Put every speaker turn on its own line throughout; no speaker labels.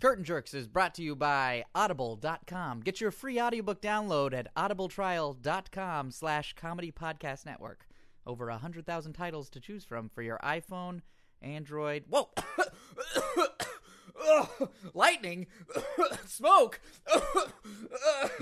Curtain Jerks is brought to you by Audible.com. Get your free audiobook download at audibletrial.com slash comedy podcast network. Over 100,000 titles to choose from for your iPhone, Android. Whoa! Ugh, lightning! Smoke!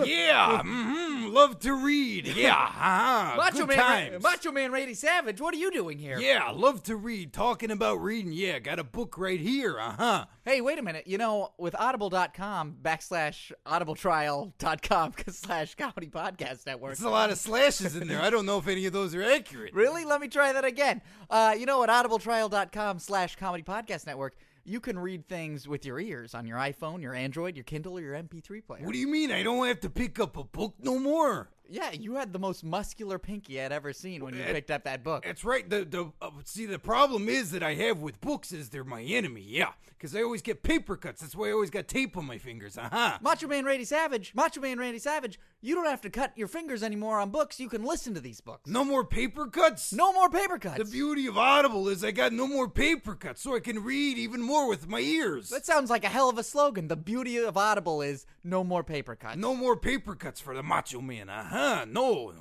Yeah, mhm, love to read. Yeah, huh?
mm-hmm. Macho
good
Man, Ra-
times.
Macho Man Randy Savage, what are you doing here?
Yeah, love to read. Talking about reading. Yeah, got a book right here. Uh huh.
Hey, wait a minute. You know, with audible.com backslash audibletrial.com slash comedy podcast network.
There's a lot of slashes in there. I don't know if any of those are accurate.
Really? Let me try that again. Uh, you know, at audibletrial.com slash comedy podcast network, you can read things with your ears on your iPhone, your Android, your Kindle, or your MP3 player.
What do you mean? I don't have to pick up a book no more.
yeah, you had the most muscular pinky I'd ever seen when you picked up that book.
That's right. The the uh, see the problem is that I have with books is they're my enemy. Yeah, because I always get paper cuts. That's why I always got tape on my fingers. Uh huh.
Macho Man Randy Savage, Macho Man Randy Savage, you don't have to cut your fingers anymore on books. You can listen to these books.
No more paper cuts.
No more paper cuts.
The beauty of Audible is I got no more paper cuts, so I can read even more with my ears.
That sounds like a hell of a slogan. The beauty of Audible is no more paper cuts.
No more paper cuts for the macho man. Uh huh. No.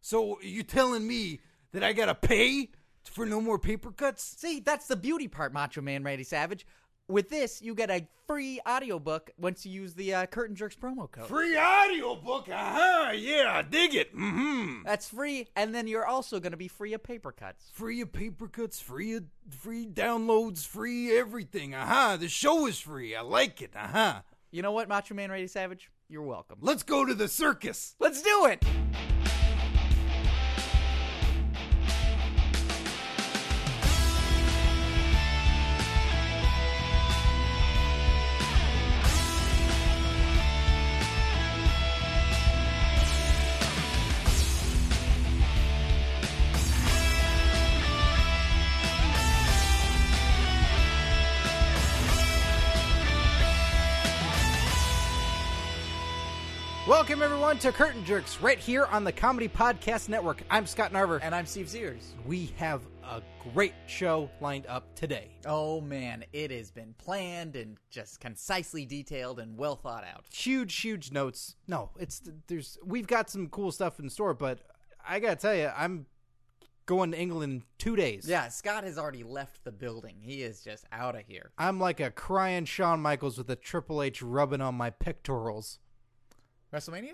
So you telling me that I gotta pay for no more paper cuts?
See, that's the beauty part, Macho Man Randy Savage. With this, you get a free audiobook once you use the uh, Curtain Jerks promo code.
Free audiobook. Uh huh. Yeah, dig it. Mm hmm.
That's free, and then you're also going to be free of paper cuts.
Free of paper cuts, free of free downloads, free everything. Uh huh. The show is free. I like it. Uh huh.
You know what, Macho Man Randy Savage? You're welcome.
Let's go to the circus.
Let's do it!
Welcome, everyone, to Curtain Jerks, right here on the Comedy Podcast Network. I'm Scott Narver, and
And I'm Steve Sears.
we have a great show lined up today.
Oh man, it has been planned and just concisely detailed and well thought out.
Huge, huge notes. No, it's there's we've got some cool stuff in store, but I gotta tell you, I'm going to England in two days.
Yeah, Scott has already left the building. He is just out of here.
I'm like a crying Shawn Michaels with a Triple H rubbing on my pectorals
WrestleMania?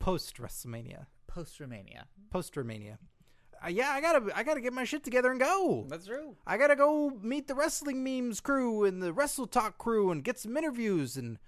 post WrestleMania,
Post Romania.
post Romania. Uh, yeah, I gotta, I gotta get my shit together and go.
That's true.
I gotta go meet the wrestling memes crew and the wrestle talk crew and get some interviews and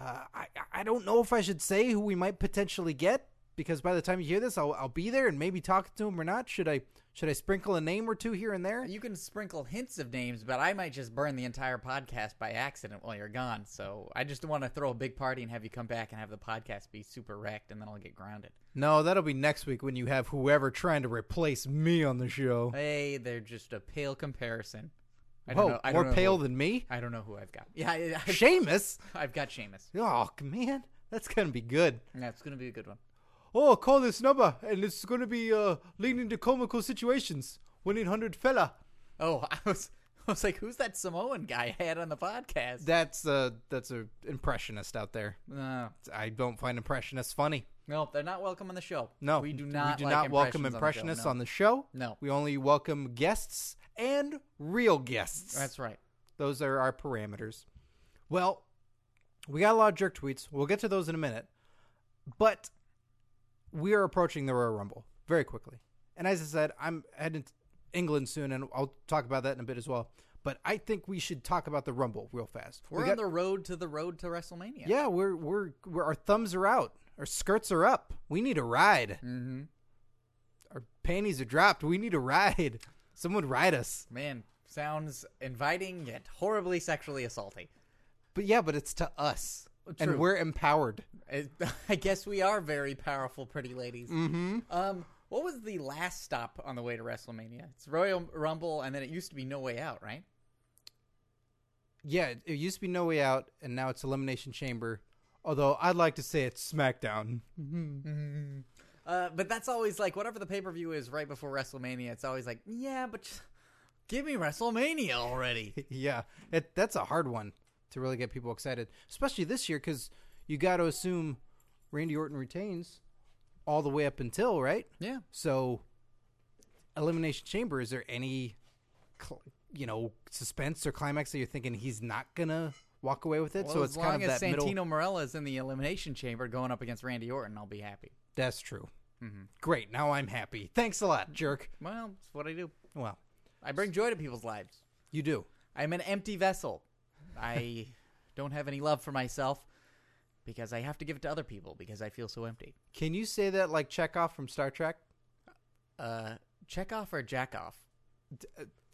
uh, I I don't know if I should say who we might potentially get because by the time you hear this I'll I'll be there and maybe talk to him or not should I should I sprinkle a name or two here and there
You can sprinkle hints of names, but I might just burn the entire podcast by accident while you're gone. So I just want to throw a big party and have you come back and have the podcast be super wrecked, and then I'll get grounded.
No that'll be next week when you have whoever trying to replace me on the show
Hey, they're just a pale comparison. I don't
Oh
know. I don't
more
know
pale
Who,
than me
I don't know who I've got. Yeah, I, I,
Seamus
I've got Seamus.
oh man that's gonna be good
That's it's gonna be a good one.
oh call this number and it's gonna be uh leading to comical situations one eight hundred fella.
Oh, I was, I was like, who's that Samoan guy I had on the podcast?
That's a that's a impressionist out there.
No,
I don't find impressionists funny.
no, Uh, they're not welcome on the show.
No,
we do not.
We do
like
not welcome
impressionists
impressionists
on
on
the
the show.
No.
we only welcome guests and real guests.
show. No. That's right.
Those are our parameters. Well, we got a lot of jerk tweets. We'll get to those in a minute. But we are approaching the Royal Rumble very quickly. And as I said, I'm heading to England soon, and I'll talk about that in a bit as well. But I think we should talk about the Rumble real fast. We
We're
got-
on the road to the road to WrestleMania.
yeah, we're, we're we're our thumbs are out, our skirts are up. We need a ride.
Mm-hmm.
Our panties are dropped. We need a ride. Someone ride us.
Man, sounds inviting yet horribly sexually assaulting.
But yeah, but it's to us, and
True.
we're empowered.
I- I guess we are very powerful, pretty ladies. Mm-hmm. Um, what was the last stop on the way to WrestleMania? It's Royal Rumble, and then it used to be No Way Out, right?
Yeah, it, it used to be No Way Out, and now it's Elimination Chamber. Although I'd like to say it's SmackDown.
Uh, but that's always like whatever the pay per view is right before WrestleMania. It's always like, yeah, but just give me WrestleMania already.
yeah, it, that's a hard one. to really get people excited, especially this year because you got to assume Randy Orton retains all the way up until right.
Yeah.
So, Elimination Chamber, is there any, cl- you know, suspense or climax that you're thinking he's not gonna walk away with it?
Well,
so
as
it's
long
kind of
as
that
Santino
middle.
Marella is in the elimination chamber going up against Randy Orton, I'll be happy.
That's true.
Mm-hmm.
Great. Now I'm happy. Thanks a lot, jerk.
Well, that's what I do.
Well,
I bring joy to people's lives.
you do.
I'm an empty vessel. I don't have any love for myself because I have to give it to other people because I feel so empty.
Can you say that like Chekhov from Star Trek?
Uh, check off or jack off?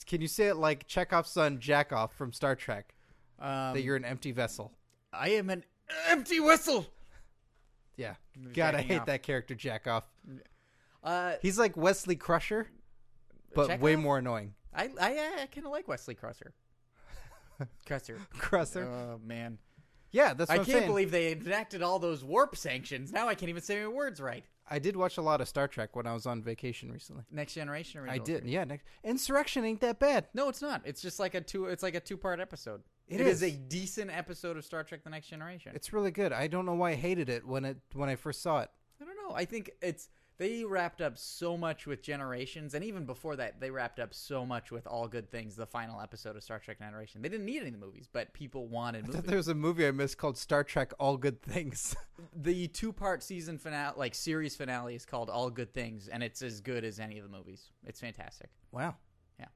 Can you say it like Chekhov's son Jackoff from Star Trek?
Um,
that you're an empty vessel.
I am an empty vessel.
Yeah. God, I
jacking
hate
off.
that character Jackoff.
Uh,
He's like Wesley Crusher, but
Chekhov?
way more annoying.
I I, I kind of like Wesley Crusher. Crusher.
Crusher.
Oh man,
yeah, that's what
I
am
can't
saying.
believe they enacted all those warp sanctions. Now I can't even say my words right.
I did watch a lot of Star Trek when I was on vacation recently.
Next generation.
I
Original
did.
Series.
Yeah, next. Insurrection ain't that bad.
No, it's not. It's just like a two. It's like a two part episode.
It
it is.
is.
a decent episode of Star Trek: The Next Generation.
It's really good. I don't know why I hated it when it when I first saw it.
I don't know. I think it's they wrapped up so much with Generations, and even before that, they wrapped up so much with All Good Things, the final episode of Star Trek: Generation. They didn't need any of the movies, but people wanted
I thought
movies.
there was a movie I missed called Star Trek All Good Things.
the two part season finale, like series finale, is called All Good Things, and it's as good as any of the movies. It's fantastic.
wow.
Yeah.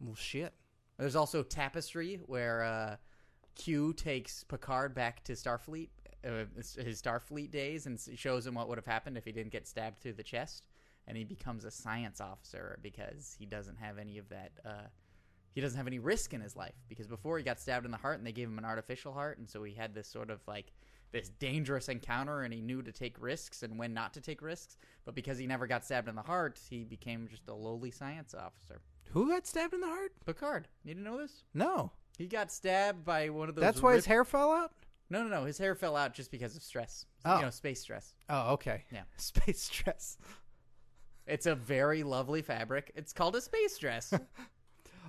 Well, shit.
There's also Tapestry, where uh, Q takes Picard back to Starfleet, uh, his Starfleet days, and s- shows him what would have happened if he didn't get stabbed through the chest. And he becomes a science officer because he doesn't have any of that. Uh, he doesn't have any risk in his life because before he got stabbed in the heart and they gave him an artificial heart, and so he had this sort of like this dangerous encounter, and he knew to take risks and when not to take risks. But because he never got stabbed in the heart, he became just a lowly science officer.
Who got stabbed in the heart?
Picard, you didn't know this?
No.
He got stabbed by one of those.
That's why his
rip-
hair fell out?
no, no, no. His hair fell out just because of stress.
Oh.
You know, space stress.
Oh, okay.
Yeah.
Space dress.
It's a very lovely fabric. It's called a space dress.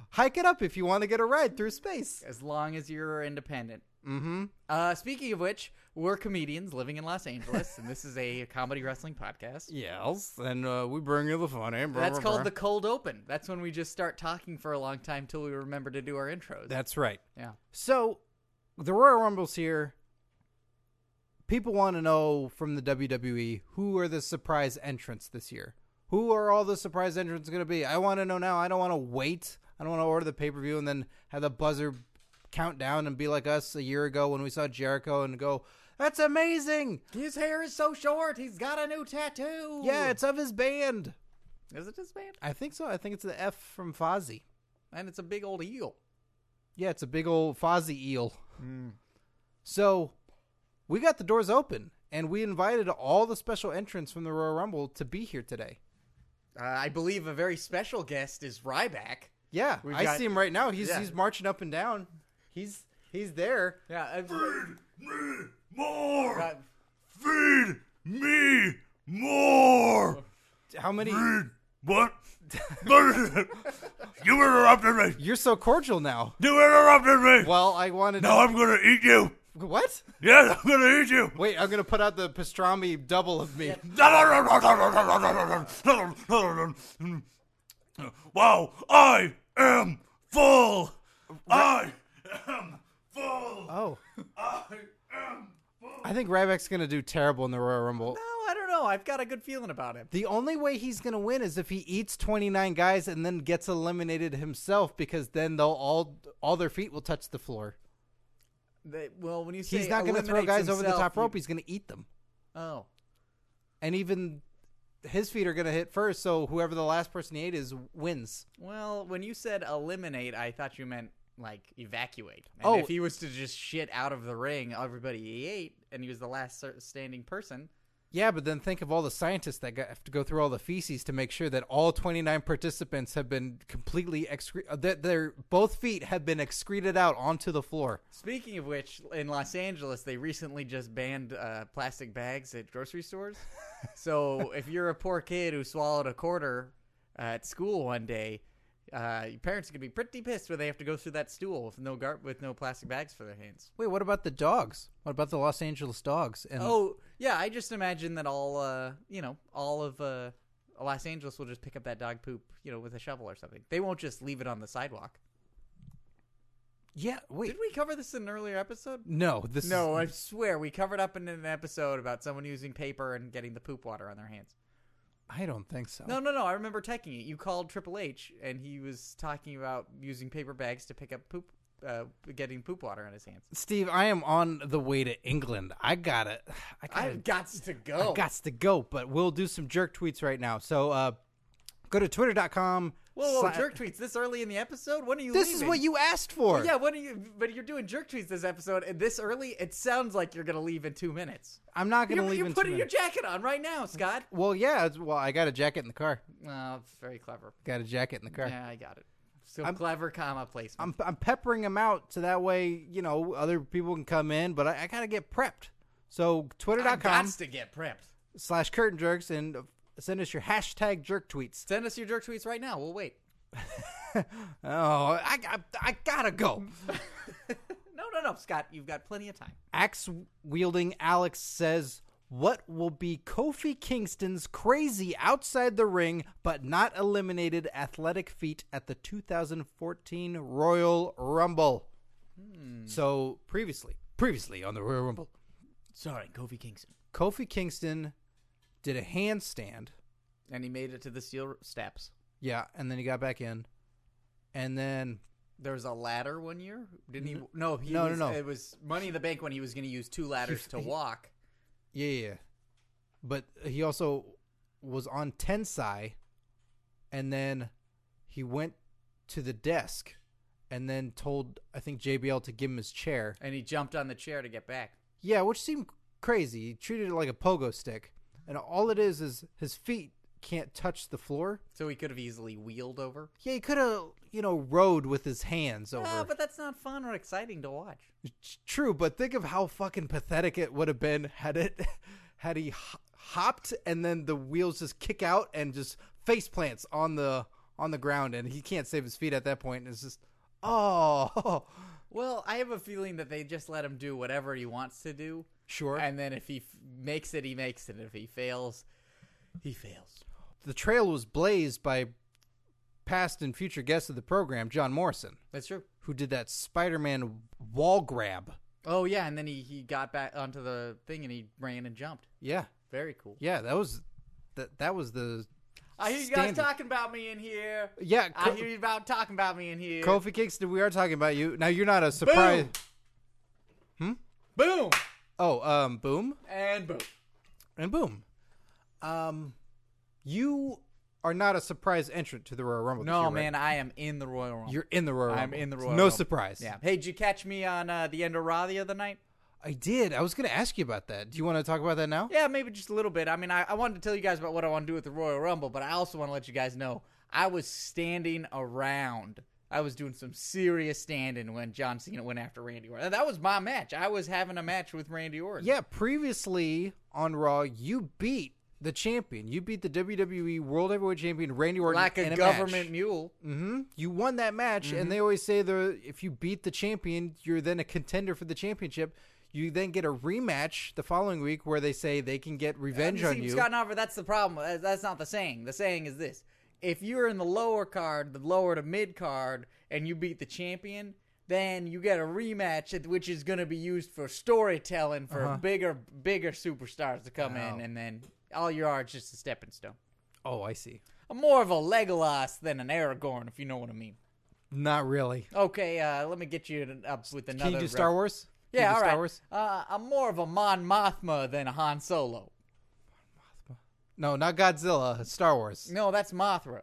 Hike it up if you want to get a ride through space.
as long as you're independent.
Mm-hmm.
Uh, speaking of which, we're comedians living in Los Angeles, and this is a comedy wrestling podcast.
Yes, and uh, we bring you the fun. Eh?
That's called the cold open. That's when we just start talking for a long time till we remember to do our intros.
That's right.
yeah.
So, the Royal Rumble's here. People want to know from the WWE who are the surprise entrants this year. Who are all the surprise entrants going to be? I want to know now. I don't want to wait. I don't want to order the pay per view and then have the buzzer count down and be like us a year ago when we saw Jericho and go, "That's amazing!
His hair is so short. He's got a new tattoo.
Yeah, it's of his band."
is it this man?
I think so. I think it's the F from Fozzy.
And it's a big old eel.
Yeah, it's a big old Fozzy eel.
Mm.
So we got the doors open, and we invited all the special entrants from the Royal Rumble to be here today.
Uh, I believe a very special guest is Ryback.
Yeah,
We've
I
got-
see him right now. He's
yeah.
he's marching up and down. He's he's there.
Yeah,
me more. Feed me more.
How many?
Feed what? you interrupted me.
You're so cordial now.
You interrupted me.
Well, I wanted.
Now I'm gonna eat you.
What?
Yes, I'm gonna eat you.
Wait, I'm gonna put out the pastrami double of me.
Wow, I am full. I am full.
Oh,
I am full.
I think Ryback's gonna do terrible in the Royal Rumble.
No, I don't know. I've got a good feeling about him.
The only way he's going to win is if he eats 29 guys and then gets eliminated himself because then they'll all all their feet will touch the floor.
They, well, when you say
He's not going to throw
eliminates
guys over the
himself,
top
you-
rope. He's going to eat them.
oh,
And even his feet are going to hit first, so whoever the last person he ate is wins.
well, when you said eliminate, I thought you meant like evacuate. And
Oh.
if he was to just shit out of the ring, everybody he ate, and he was the last cer- standing person.
Yeah, but then think of all the scientists that got, have to go through all the feces to make sure that all 29 participants have been completely excre- uh, that their both feet have been excreted out onto the floor.
Speaking of which, in Los Angeles, they recently just banned uh, plastic bags at grocery stores. so if you're a poor kid who swallowed a quarter uh, at school one day, Uh, your parents are gonna be pretty pissed when they have to go through that stool with no gar- with no plastic bags for their hands.
Wait, what about the dogs? What about the Los Angeles dogs? And
Oh yeah, I just imagine that all uh, you know all of uh, Los Angeles will just pick up that dog poop you know with a shovel or something. They won't just leave it on the sidewalk.
yeah, wait.
Did we cover this in an earlier episode?
No, this
No, uh,
is,
I swear we covered up in an episode about someone using paper and getting the poop water on their hands.
I don't think so.
No, no, no. I remember taking it. You called Triple H, and he was talking about using paper bags to pick up poop, uh, getting poop water on his hands.
Steve, I am on the way to England. I got to I got to
I've got to go.
got to go, but we'll do some jerk tweets right now. So uh go to twitter.com.
whoa, whoa,
sla-
jerk tweets this early in the episode. When are you?
This is
leaving?
what you asked for.
Yeah, what are you? But you're doing jerk tweets this episode, and this early, it sounds like you're gonna leave in two minutes.
I'm not going to
You're,
leave
you're
in two
putting your
minutes.
jacket on right now, Scott.
Well, yeah, it's- well, I got a jacket in the car.
Oh, very clever.
Got a jacket in the car.
Yeah, I got it. So clever, comma placement.
I'm I'm peppering them out so that way, you know, other people can come in, but I, I got to get prepped. So
I
twitter.com
gots to get prepped.
slash curtain jerks and uh, send us your hashtag jerk tweets.
Send us your jerk tweets right now. We'll wait.
Oh, I, I, I gotta go.
No, no, no, Scott. You've got plenty of time.
Axe wielding Alex says, What will be Kofi Kingston's crazy outside the ring but not eliminated athletic feat at the 2014 Royal Rumble? So previously, previously on the Royal Rumble,
Sorry, Kofi Kingston.
Kofi Kingston did a handstand.
And he made it to the steel steps.
Yeah, and then he got back in. And then
There was a ladder one year, didn't he? Mm-hmm. No, he
No, no,
was,
no.
It was Money in the Bank when he was going to use two ladders to walk.
Yeah, yeah. yeah. But he also was on Tensai, and then he went to the desk, and then told I think JBL to give him his chair.
And he jumped on the chair to get back.
Yeah, which seemed crazy. He treated it like a pogo stick, and all it is is his feet can't touch the floor.
So he could have easily wheeled over.
Yeah, he could have you know rode with his hands over.
Ah, but that's not fun or exciting to watch.
It's True, but think of how fucking pathetic it would have been had it had he ho- hopped and then the wheels just kick out and just face plants on the on the ground and he can't save his feet at that point. It's just oh
Well, I have a feeling that they just let him do whatever he wants to do.
sure.
And then if he f- makes it, he makes it. If he fails, he fails.
the trail was blazed by past and future guests of the program, John Morrison,
That's true.
who did that Spider-Man wall grab.
Oh, yeah. And then he, he got back onto the thing and he ran and jumped.
Yeah,
Very cool.
yeah, that was that that was the
I hear you guys
Standard.
talking about me in here.
yeah.
I
Co-
hear you about talking about me in here.
Kofi Kingston, we are talking about you now. You're not a surprise.
boom
Oh, um, boom
and boom.
and boom. Um, you are not a surprise entrant to the Royal Rumble. this
No,
year, right?
man, I am in the Royal Rumble.
you're in the Royal.
I'm
Rumble.
in the
It's
Royal.
No
Rumble.
surprise.
Yeah. Hey, did you catch me on uh, the end of Raw the other night?
I did. I was going to ask you about that. Do you want to talk about that now?
Yeah, maybe just a little bit. I mean, I, I wanted to tell you guys about what I want to do with the Royal Rumble, but I also want to let you guys know I was standing around. I was doing some serious standing when John Cena went after Randy Orton. That was my match. I was having a match with Randy Orton.
Yeah, previously on Raw, you beat the champion. You beat the WWE World Heavyweight Champion Randy Orton
like a
in
government Mm-hmm.
Match.
mule.
hmm You won that match, and they always say the if you beat the champion, you're then a contender for the championship. You then get a rematch the following week where they say they can get revenge
See,
on you.
Scott Nover, that's the problem. That's- That's not the saying. The saying is this: if you're in the lower card, the lower to mid card, and you beat the champion, then you get a rematch, which is going to be used for storytelling for
Uh-huh.
bigger, bigger superstars to come in, and then all you are is just a stepping stone.
Oh, I see.
I'm more of a Legolas than an Aragorn, if you know what I mean.
Not really.
Okay, uh, let me get you up with another.
Can you do
ref-
Star Wars? Can you
Yeah,
do
all right.
Star Wars?
Uh, I'm more of a Mon Mothma than a Han Solo.
No, not Godzilla. uh, Star Wars.
No, that's Mothra.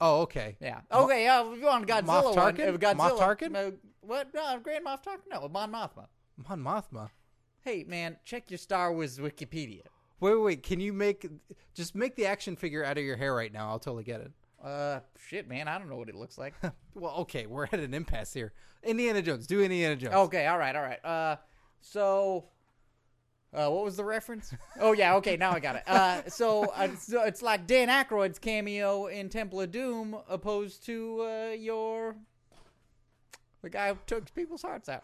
Oh, okay.
Mm. Yeah. Okay. Uh, if you want Godzilla
Moff
one,
Tarkin?
uh, Godzilla,
Moff Tarkin?
no, what? No, Grand Moff Tarkin. No, Mon Mothma.
Mon Mothma.
Hey, man, check your Star Wars Wikipedia.
Wait, wait, wait. Can you make just make the action figure out of your hair right now? I'll totally get it.
Uh, shit, man, I don't know what it looks like.
Well, okay, we're at an impasse
Oh.
here. Indiana Jones. Do Indiana Jones.
okay. All right. All right. Uh, so Uh, what was the reference? Oh yeah, okay, now I got it. Uh, so, uh, so it's like Dan Aykroyd's cameo in Temple of Doom, opposed to uh, your the guy who took people's hearts out.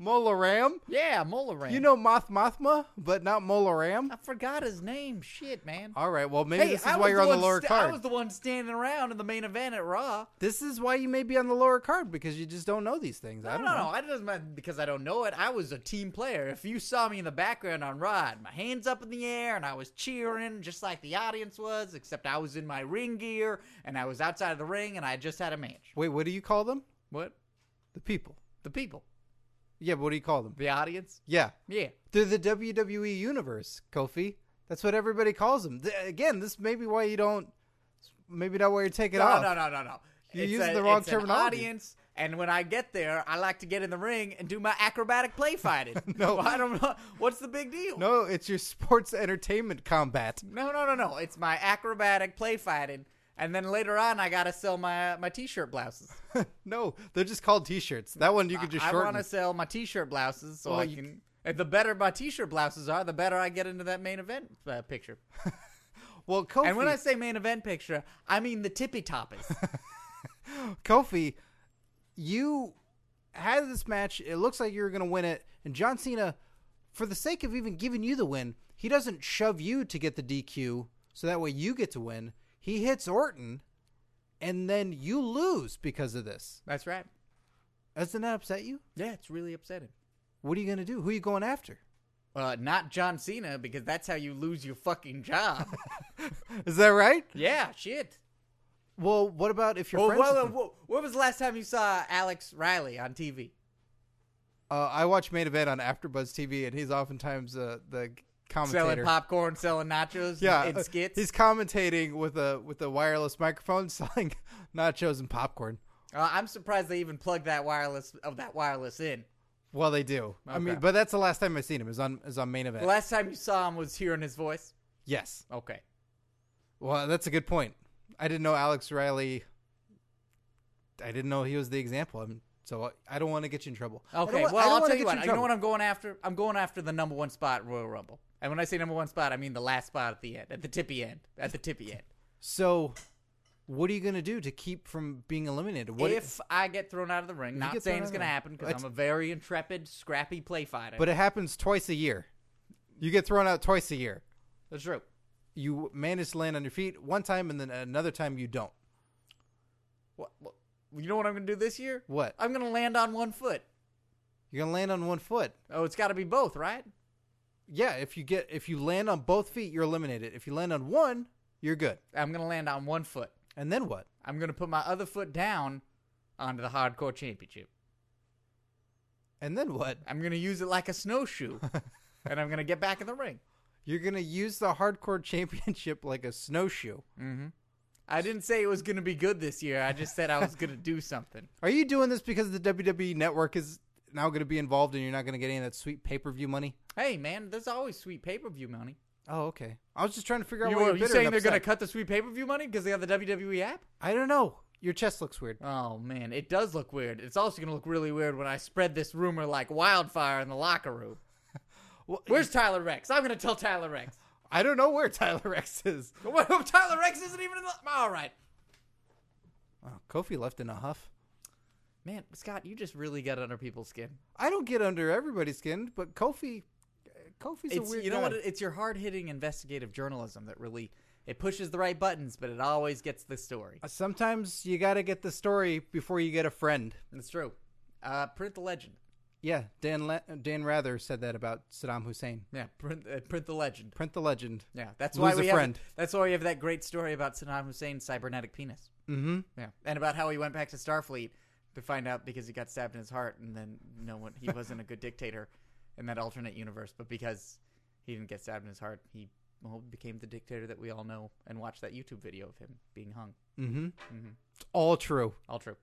Mola Ram.
Yeah, Molaran.
You know Moth Mothma, but not Mola Ram.
I forgot his name. Shit, man.
All right. Well, maybe this is
I
why
was
you're on the
one
lower
sta- I
card.
was the one standing around in the main event at Raw.
This is why you may be on the lower card because you just don't know these things.
No,
I don't
no,
know.
no. It doesn't matter because I don't know it. I was a team player. If you saw me in the background on Rod, my hands up in the air and I was cheering just like the audience was, except I was in my ring gear and I was outside of the ring and I just had a match.
Wait, what do you call them?
What?
The people.
The people.
Yeah, but what do you call them?
The audience?
Yeah.
Yeah.
They're the WWE universe, Kofi. That's what everybody calls them. Th- again, this may be why you don't. Maybe not why you're taking
no,
off.
no, no, no, no.
You're
It's
using
a-
the wrong
it's
terminology.
An audience, and when I get there, I like to get in the ring and do my acrobatic play fighting.
No.
I don't know. What's the big deal?
No, it's your sports entertainment combat.
No, no, no, no. It's my acrobatic play fighting, and then later on, I gotta sell my my t-shirt blouses.
no, they're just called T-shirts. That one you could just
I
shorten.
want to sell my t-shirt blouses, so
Well,
I
you-
can. and The better my t-shirt blouses are, the better I get into that main event uh, picture.
well, Kofi.
And when I say main event picture, I mean the tippy toppies.
Kofi, you had this match. It looks like you were going to win it. And John Cena, for the sake of even giving you the win, he doesn't shove you to get the DQ so that way you get to win. He hits Orton, and then you lose because of this.
That's right.
Doesn't that upset you?
Yeah, it's really upsetting.
What are you going to do? Who are you going after?
Uh, not John Cena because that's how you lose your fucking job.
Is that right?
yeah, shit.
Well, uh, what about if you're
Well,
friends?
well,
with
well,
him?
when was the last time you saw Alex Riley on TV?
Uh, I watch main event on AfterBuzz TV, and he's oftentimes uh, the commentator.
Selling popcorn, selling nachos,
yeah,
and
uh,
skits.
He's commentating with a with a wireless microphone, selling nachos and popcorn.
Uh, I'm surprised they even plugged that wireless of that wireless in.
Well, they do. I mean,
Okay.
but that's the last time I've seen him. Is on is on main event.
The last time you saw him was hearing his voice.
yes.
Okay.
Well, that's a good point. I didn't know Alex Riley. I didn't know he was the example. I'm, so I- I don't want to get you in trouble. I don't
Okay.
wa- I don't
well, I'll
wanna
tell
get
you what.
in
You, know
trouble.
what I'm going after? I'm going after the number one spot Royal Rumble. And when I say number one spot, I mean the last spot at the end, at the tippy end, at the tippy end.
So, what are you gonna do to keep from being eliminated? What
if I get thrown out of the ring, not
get
saying
thrown
it's
out of
going to
the-
happen because
That's-
I'm a very intrepid, scrappy play fighter.
But it happens twice a year. You get thrown out twice a year.
that's true.
You manage to land on your feet one time, and then another time you don't.
What, what, you know what I'm going to do this year?
What?
I'm going to land on one foot.
You're gonna land on one foot.
Oh, it's got to be both, right?
Yeah, if you get if you land on both feet, you're eliminated. If you land on one, you're good.
I'm going to land on one foot.
And then what?
I'm going to put my other foot down onto the hardcore championship.
And then what?
I'm going to use it like a snowshoe, and I'm going to get back in the ring.
You're gonna use the hardcore championship like a snowshoe.
I didn't say it was going to be good this year. I just said I was going to do something.
Are you doing this because the WWE network is now gonna be involved and you're not gonna get any of that sweet pay per view money?
Hey, man, there's always sweet pay per view money.
Oh, okay. I was just trying to figure out
You,
why
are
you're
you
bitter
saying
and
they're going to
upset.
cut the sweet pay per view money because they have the WWE app?
I don't know. Your chest looks weird.
Oh, man, it does look weird. It's also going to look really weird when I spread this rumor like wildfire in the locker room.
Well,
Where's Tyler Rex? I'm going to tell Tyler Rex.
I don't know where Tyler X is.
What if Tyler Rex isn't even in the. All right.
Oh, Kofi left in a huff.
Man, Scott, you just really get under people's skin.
I don't get under everybody's skin, but Kofi, Kofi's a
It's,
weird.
you know
guy.
what? it- It's your hard hitting investigative journalism that really it pushes the right buttons, but it always gets the story.
Uh, Sometimes you got to get the story before you get a friend.
It's true. Uh, print the legend.
Yeah, Dan Le- Dan Rather said that about Saddam Hussein.
Yeah, print uh, print the legend.
Print the legend.
Yeah, that's
Lose
why
a
we
friend.
Have, that's why we have that great story about Saddam Hussein's cybernetic penis.
Mm-hmm.
Yeah, and about how he went back to Starfleet to find out because he got stabbed in his heart, and then no one he wasn't a good dictator in that alternate universe, but because he didn't get stabbed in his heart, he well, became the dictator that we all know and watch that YouTube video of him being hung.
Mm-hmm. It's all true.
All true.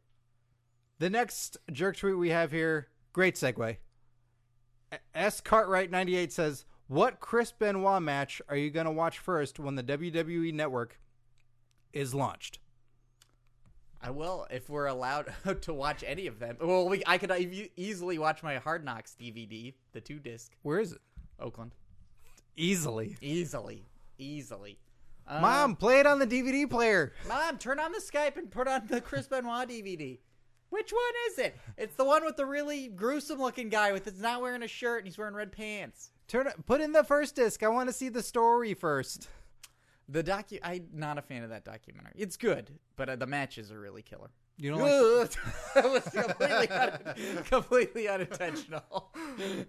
The next jerk tweet we have here. Great segue. A- S Cartwright ninety eight says, "What Chris Benoit match are you gonna watch first when the WWE Network is launched?"
I will if we're allowed to watch any of them. Well, we, I could e- easily watch my Hard Knocks DVD, the two disc.
Where is it?
Oakland.
Easily.
Easily. Easily. Uh,
Mom, play it on the DVD player.
Mom, turn on the Skype and put on the Chris Benoit DVD. Which one is it? It's the one with the really gruesome looking guy with it's not wearing a shirt and he's wearing red pants.
Turn it- put in the first disc. I want to see the story first.
The docu I'm not a fan of that documentary. It's good, but uh, the matches are really killer.
You don't like
that was completely, un- completely unintentional.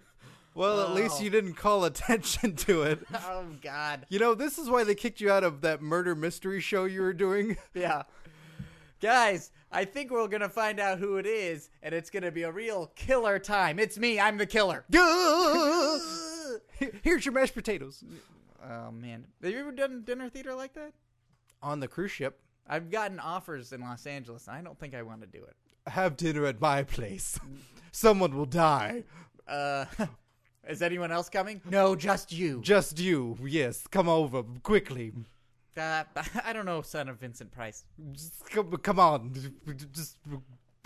Well, at least
Wow.
you didn't call attention to it.
oh God.
You know, this is why they kicked you out of that murder mystery show you were doing.
Yeah. Guys, I think we're gonna find out who it is, and it's gonna be a real killer time. It's me, I'm the killer.
Duh! Here- Here's your mashed potatoes.
Oh man, have you ever done dinner theater like that?
On the cruise ship,
I've gotten offers in Los Angeles, and I don't think I want to do it.
have dinner at my place. Someone will die.
Uh, is anyone else coming? No, just you.
Just you. Yes, come over quickly.
Uh, I don't know, son of Vincent Price.
Just come, come on. Just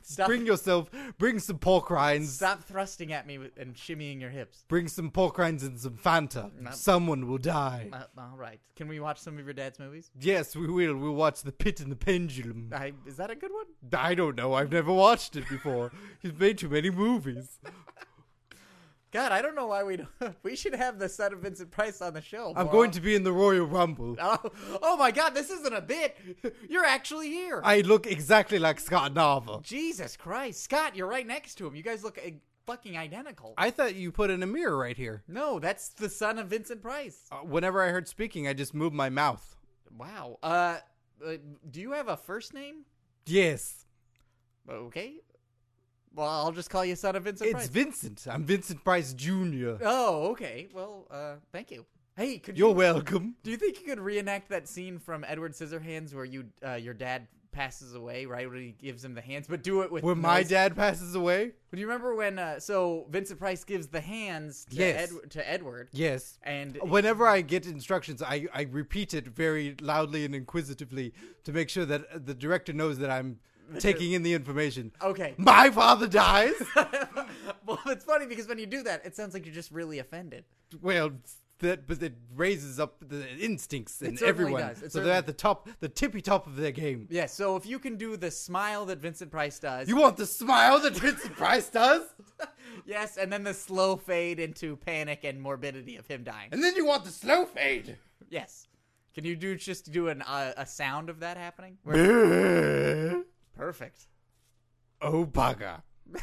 Stop.
bring yourself. Bring some pork rinds.
Stop thrusting at me with- and shimmying your hips.
Bring some pork rinds and some Fanta.
Not-
Someone will die.
Uh, all right, can we watch some of your dad's movies?
Yes, we will. We'll watch The Pit and the Pendulum.
I, is that a good one?
I don't know. I've never watched it before. He's made too many movies.
God, I don't know why we don't. We should have the son of Vincent Price on the show.
I'm
Bob.
going to be in the Royal Rumble.
Oh, oh my God, this isn't a bit. You're actually here.
I look exactly like Scott Narva.
Jesus Christ, Scott, you're right next to him. You guys look uh, fucking identical.
I thought you put in a mirror right here.
no, that's the son of Vincent Price.
Uh, whenever I heard speaking, I just moved my mouth.
Wow. Uh, uh, do you have a first name?
Yes,
Okay. Well, I'll just call you son of Vincent
it's
Price.
Vincent. I'm Vincent Price Jr.
oh, okay. Well, uh, thank you. Hey, could
You're
you?
welcome.
Do you think you could reenact that scene from Edward Scissorhands where you, uh, your dad passes away, right? Where he gives him the hands, but do it with
When my
noise?
dad passes away?
Do you remember when? Uh, so Vincent Price gives the hands to,
Yes. Oh,
Ed- to Edward,
Yes.
and
Whenever I get instructions, I, I repeat it very loudly and inquisitively to make sure that the director knows that I'm taking in the information.
okay.
My father dies?
well, it's funny because when you do that, it sounds like you're just really offended.
well, that but it raises up the instincts in
certainly
everyone.
does. It
So
certainly-
they're at the top, the tippy top of their game.
Yeah. So if you can do the smile that Vincent Price does,
You want the smile that Vincent Price does?
yes, and then the slow fade into panic and morbidity of him dying.
And then you want the slow fade.
Yes. Can you do just do an uh, a sound of that happening?
oh,
Perfect.
bugger.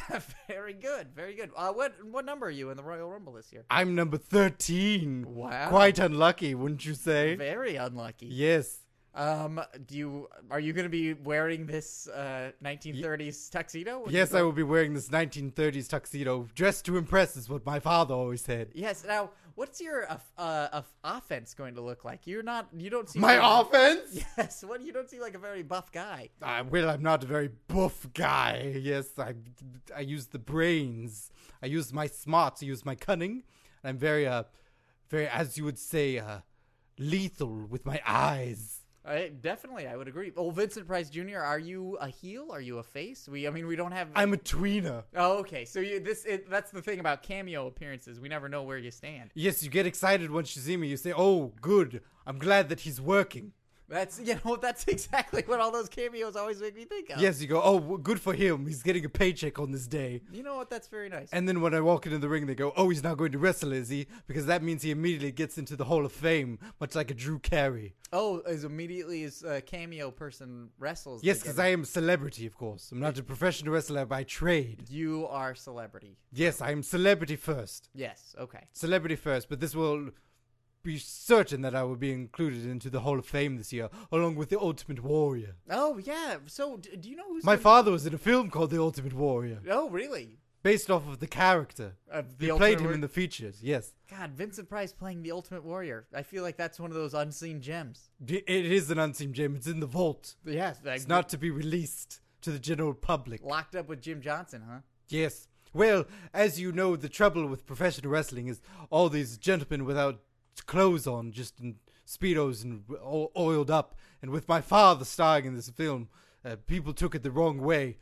very good. Very good. Uh, what what number are you in the Royal Rumble this year?
I'm number 13.
Wow.
Quite unlucky, wouldn't you say?
Very unlucky.
Yes.
Um, do you are you going to be wearing this uh 1930s tuxedo? when you
Yes,
go-
I will be wearing this 1930s tuxedo. Dressed to impress is what my father always said.
Yes. Now, what's your uh, uh, uh, offense going to look like? You're not. You don't see
My
very-
offense?
Yes. What you don't see like a very buff guy.
I well, I'm not a very buff guy. Yes, I, I use the brains. I use my smarts. I use my cunning. I'm very, uh, very, as you would say, uh, lethal with my eyes.
I, definitely, I would agree. Oh, Vincent Price Jr. Are you a heel? Are you a face? We. I mean, we don't have.
I'm a tweener.
Oh, okay. So you this it, that's the thing about cameo appearances. We never know where you stand.
Yes, you get excited once you see me. You say, "Oh, good. I'm glad that he's working."
That's you know that's exactly what all those cameos always make me think of.
Yes, you go, "Oh, well, good for him. He's getting a paycheck on this day."
You know what? That's very nice.
And then when I walk into the ring, they go, "Oh, he's not going to wrestle, is he?" Because that means he immediately gets into the Hall of Fame, much like a Drew Carey.
Oh, as immediately as a cameo person wrestles.
Yes,
they
because
get
I
it.
am a celebrity, of course. I'm not a professional wrestler by trade.
You are celebrity.
Yes, I am celebrity first.
Yes. Okay.
Celebrity first, but this will be certain that I will be included into the Hall of Fame this year, along with the Ultimate Warrior.
Oh yeah. So d- do you know who's
My
gonna-
father was in a film called The Ultimate Warrior,
Oh really?
based off of the character.
Of
They
the
played
Ultimate
him
Warrior-
in the features, yes.
God, Vincent Price playing the Ultimate Warrior. I feel like that's one of those unseen gems.
D- It is an unseen gem. It's in the vault.
Yes. Like,
It's not to be released to the general public.
locked up with Jim Johnson, huh?
Yes. Well, as you know, the trouble with professional wrestling is all these gentlemen without clothes on, just in speedos and o- oiled up. And with my father starring in this film, uh, people took it the wrong way,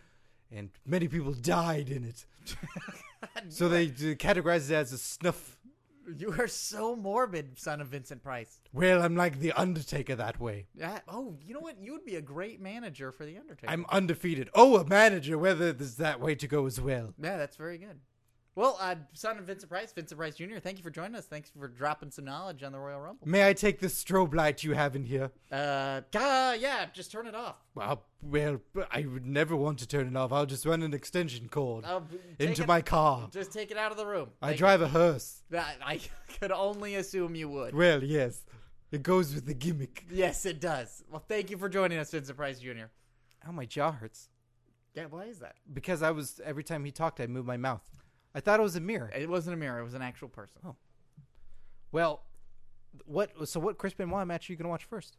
and many people died in it. so they, uh, categorized it as a snuff
You are so morbid, son of Vincent Price.
Well, I'm like the Undertaker that way.
That- oh, you know what? You would be a great manager for the Undertaker.
I'm undefeated. Oh, a manager, whether there's that way to go as well.
Yeah, that's very good. Well, uh, son of Vincent Price, Vincent Price Jr., thank you for joining us. Thanks for dropping some knowledge on the Royal Rumble.
May I take this strobe light you have in here?
Uh, gah, yeah, just turn it off.
Well, well, I would never want to turn it off. I'll just run an extension cord
Uh, b- take
into
it-
my car.
Just take it out of the room.
I
Thank-
drive a hearse.
That- I could only assume you would.
Well, yes, it goes with the gimmick.
Yes, it does. Well, thank you for joining us, Vincent Price Jr.
Oh, my jaw hurts
Yeah, why is that?
because I was every time he talked, I moved my mouth. I thought it was a mirror.
It wasn't a mirror. It was an actual person.
Oh, Well, what? So what? Chris Benoit match are you gonna watch first?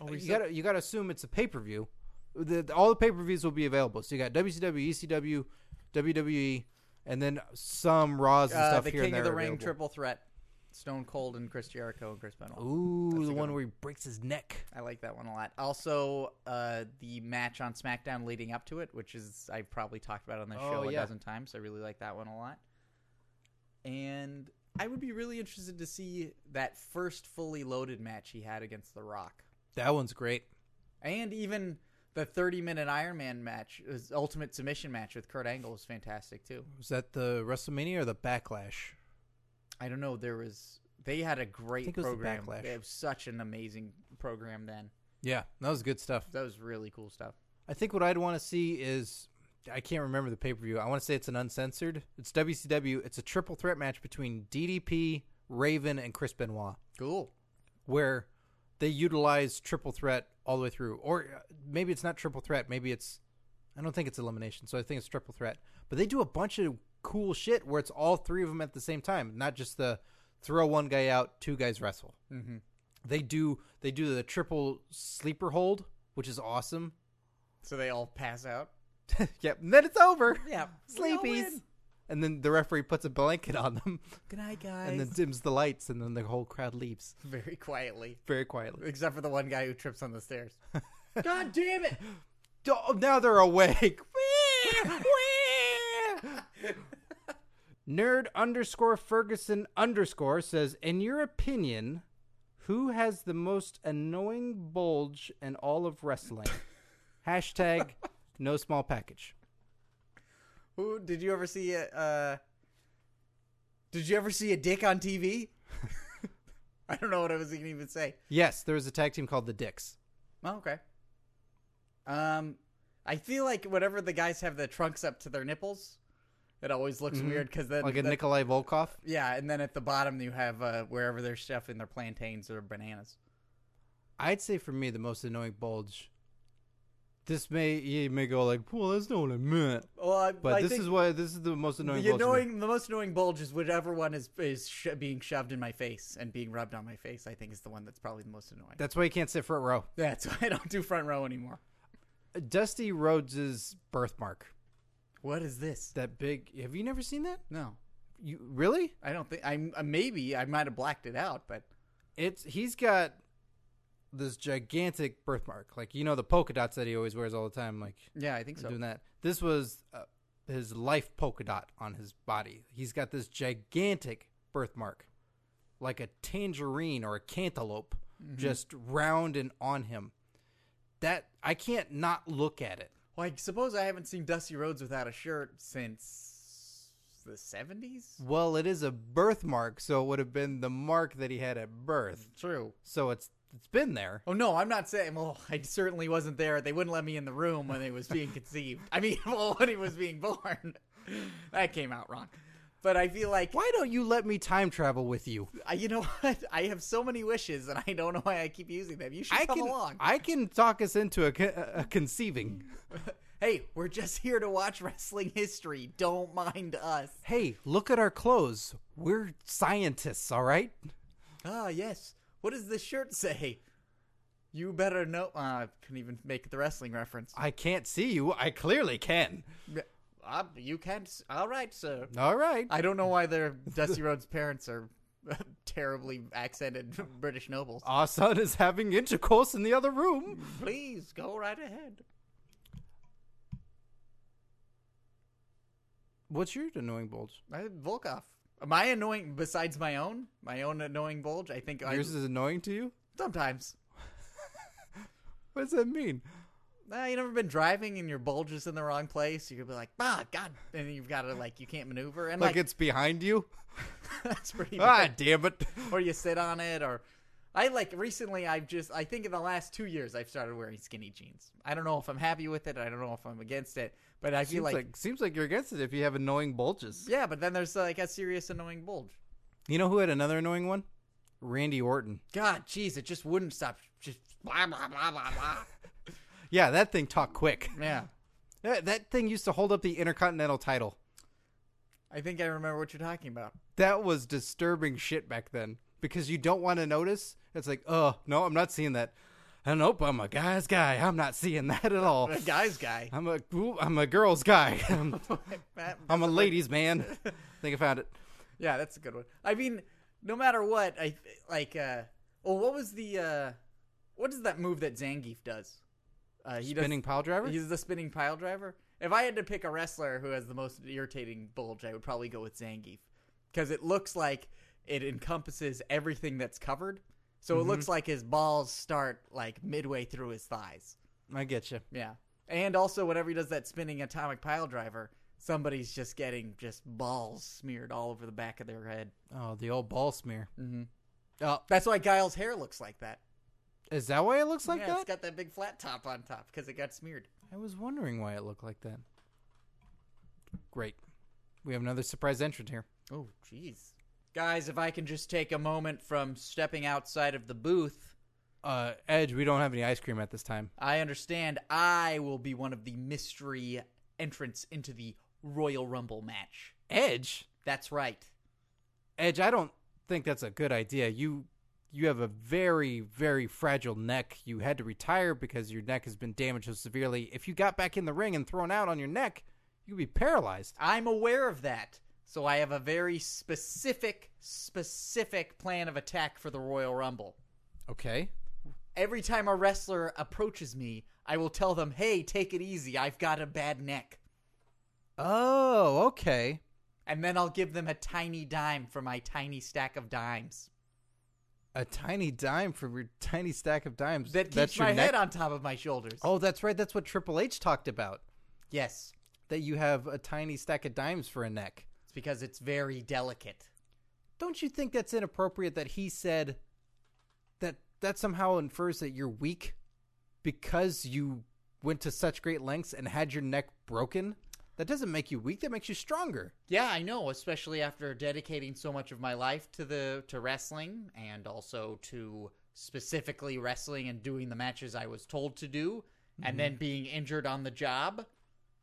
Uh,
Oh,
you gotta you gotta assume it's a pay per view. The, the- all the pay per views will be available. So you got WCW, ECW, WWE, E, and then some Raws and
uh,
stuff
the
here
King
and
of
there
the Ring
available.
triple threat: Stone Cold and Chris Jericho and Chris Benoit.
Ooh,
That's a
the
good
one
one.
where he breaks his neck.
I like that one a lot. Also, uh, the match on SmackDown leading up to it, which is I've probably talked about on this
Oh,
show a
yeah.
dozen times. I really like that one a lot. And I would be really interested to see that first fully loaded match he had against The Rock,
That one's great.
and even the thirty-minute Iron Man match, his Ultimate Submission match with Kurt Angle was fantastic too.
Was that the WrestleMania or the Backlash?
I don't know. There was they had a great
think it was the
program.
Backlash.
They have such an amazing program then.
Yeah, that was good stuff.
That was really cool stuff.
I think what I'd want to see is I can't remember the pay per view. I want to say it's an uncensored. It's WCW. It's a triple threat match between DDP, Raven, and Chris Benoit,
Cool.
where they utilize triple threat all the way through. Or uh, maybe it's not triple threat. Maybe it's I don't think it's elimination. So I think it's triple threat. But they do a bunch of cool shit where it's all three of them at the same time, not just the throw one guy out, two guys wrestle.
Mm-hmm.
They do they do the triple sleeper hold, which is awesome.
So they all pass out.
yep, and then it's over.
Yeah,
sleepies. And then the referee puts a blanket on them
Good night, guys.
and then dims the lights, and then the whole crowd leaves
very quietly,
very quietly.
except for the one guy who trips on the stairs. God damn it!
Oh, now they're awake. Nerd underscore Ferguson underscore says, In your opinion, who has the most annoying bulge in all of wrestling? Hashtag no small package.
Who did you ever see? A, uh, did you ever see a dick on TV? I don't know what I was going to even say.
Yes, there was a tag team called the Dicks.
Oh, okay. Um, I feel like whenever the guys have the trunks up to their nipples, it always looks weird 'cause weird because then
Mm-hmm. Like a
then-
Nikolai Volkov.
yeah, and then at the bottom you have uh, wherever they're stuffing their plantains or bananas.
I'd say for me the most annoying bulge. This may you may go like, well, that's not what I meant.
Well, I,
But this is what this is the most annoying.
the
bulge to me.
annoying, the most annoying bulge is whatever one is is sh- being shoved in my face and being rubbed on my face. I think is the one that's probably the most annoying.
That's why you can't sit front row.
That's why I don't do front row anymore.
Dusty Rhodes' birthmark.
What is this?
That big. Have you never seen that?
No,
You really?
I don't think I'm. Uh, maybe I might have blacked it out, but
It's he's got this gigantic birthmark, like you know the polka dots that he always wears all the time, like
yeah, I think so.
doing that. This was uh, his life polka dot on his body. He's got this gigantic birthmark, like a tangerine or a cantaloupe,
Mm-hmm.
just round and on him. That I can't not look at it.
Well, I suppose I haven't seen Dusty Rhodes without a shirt since the 70s?
Well, it is a birthmark, so it would have been the mark that he had at birth.
True.
So it's it's been there.
Oh, no, I'm not saying, well, I certainly wasn't there. They wouldn't let me in the room when he was being conceived. I mean, well, when he was being born. that came out wrong. But I feel like,
Why don't you let me time travel with you?
I, you know what? I have so many wishes, and I don't know why I keep using them. You should
I
come
can
along.
I can talk us into a, con- a conceiving.
hey, we're just here to watch wrestling history. Don't mind us.
Hey, look at our clothes. We're scientists, all right?
Ah, yes. What does this shirt say? You better know. Uh, I couldn't even make the wrestling reference.
I can't see you. I clearly can.
Uh, you can't. s- All right, sir.
All right.
I don't know why their Dusty Rhodes parents are terribly accented British nobles.
Our son is having intercourse in the other room.
Please go right ahead.
What's your annoying bulge?
Uh, Volkov. My annoying, besides my own, my own annoying bulge. I think I,
Yours is annoying to you?
sometimes.
What does that mean?
Nah, you never been driving and your bulge is in the wrong place. You could be like, ah, God, and you've got to like you can't maneuver and
Like,
like,
it's behind you?
that's pretty.
ah,
bad.
damn it.
or you sit on it or I like recently I've just I think in the last 2 years I've started wearing skinny jeans. I don't know if I'm happy with it, I don't know if I'm against it, but I
Seems
feel
like,
like,
seems like you're against it if you have annoying bulges.
yeah, but then there's like a serious annoying bulge.
You know who had another annoying one? Randy Orton.
God, jeez, it just wouldn't stop just blah blah blah blah blah.
Yeah, that thing talked quick.
yeah.
That, that thing used to hold up the Intercontinental title.
I think I remember what you're talking about.
That was disturbing shit back then because you don't want to notice. It's like, oh, no, I'm not seeing that. And nope, I'm a guy's guy. I'm not seeing that at all.
The guy's guy.
I'm a ooh, I'm a girl's guy.
Oh
I'm,
That-
I'm a ladies man. I think I found it.
yeah, that's a good one. I mean, no matter what, I like uh well, what was the uh what is that move that Zangief does? Uh he does
Spinning pile driver.
He's the spinning pile driver. If I had to pick a wrestler who has the most irritating bulge, I would probably go with Zangief because it looks like it encompasses everything that's covered. So it looks like his balls start like midway through his thighs.
I get you.
Yeah, and also whenever he does that spinning atomic pile driver, somebody's just getting just balls smeared all over the back of their head.
Oh, the old ball smear. Mm-hmm. Oh,
That's why Guile's hair looks like that.
is that why it looks like
yeah,
that?
it's got that big flat top on top because it got smeared.
I was wondering why it looked like that. Great. We have another surprise entrant here.
Oh, jeez. Guys, if I can just take a moment from stepping outside of the booth,
Uh, Edge, we don't have any ice cream at this time.
I understand I will be one of the mystery entrants into the Royal Rumble match.
Edge,
That's right.
Edge, I don't think that's a good idea. You you have a very very fragile neck. You had to retire because your neck has been damaged so severely. If you got back in the ring and thrown out on your neck, you'd be paralyzed.
I'm aware of that, so I have a very specific, specific plan of attack for the Royal Rumble.
Okay.
Every time a wrestler approaches me, I will tell them, hey, take it easy, I've got a bad neck.
Oh, okay.
And then I'll give them a tiny dime for my tiny stack of dimes.
A tiny dime for your tiny stack of dimes.
that keeps
that's your
my
neck-
head on top of my shoulders.
Oh, that's right. That's what Triple H talked about.
Yes,
That you have a tiny stack of dimes for a neck.
it's because it's very delicate.
Don't you think that's inappropriate that he said that that somehow infers that you're weak because you went to such great lengths and had your neck broken? That doesn't make you weak, that makes you stronger.
Yeah, I know, especially after dedicating so much of my life to the to wrestling and also to specifically wrestling and doing the matches I was told to do and
Mm-hmm.
then being injured on the job.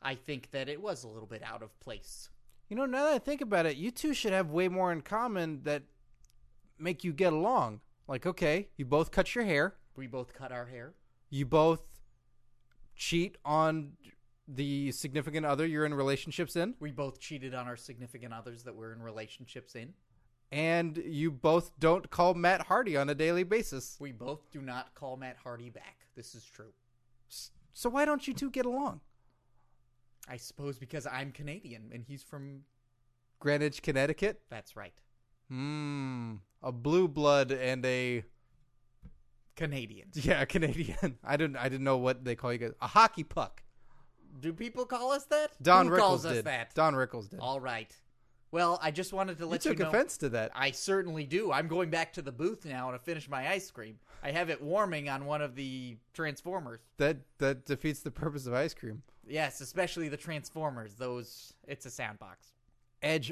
I think that it was a little bit out of place.
You know, now that I think about it, you two should have way more in common that make you get along. Like, okay, you both cut your hair,
We both cut our hair.
you both cheat on the significant other you're in relationships in.
We both cheated on our significant others that we're in relationships in.
and you both don't call Matt Hardy on a daily basis.
We both do not call Matt Hardy back. This is true.
So why don't you two get along?
I suppose because I'm Canadian and he's from
Greenwich, Connecticut.
That's right.
Hmm. A blue blood and a
Canadians.
yeah, a Canadian. I didn't I didn't know what they call you guys. A hockey puck.
Do people call us that?
Don
Who
Rickles
calls
did.
us that?
Don Rickles did.
All right. Well, I just wanted to
you
let you,
took
know.
offense to that.
I certainly do. I'm going back to the booth now to finish my ice cream. I have it warming on one of the Transformers.
That that defeats the purpose of ice cream.
Yes, especially the Transformers. Those it's a sound box.
Edge,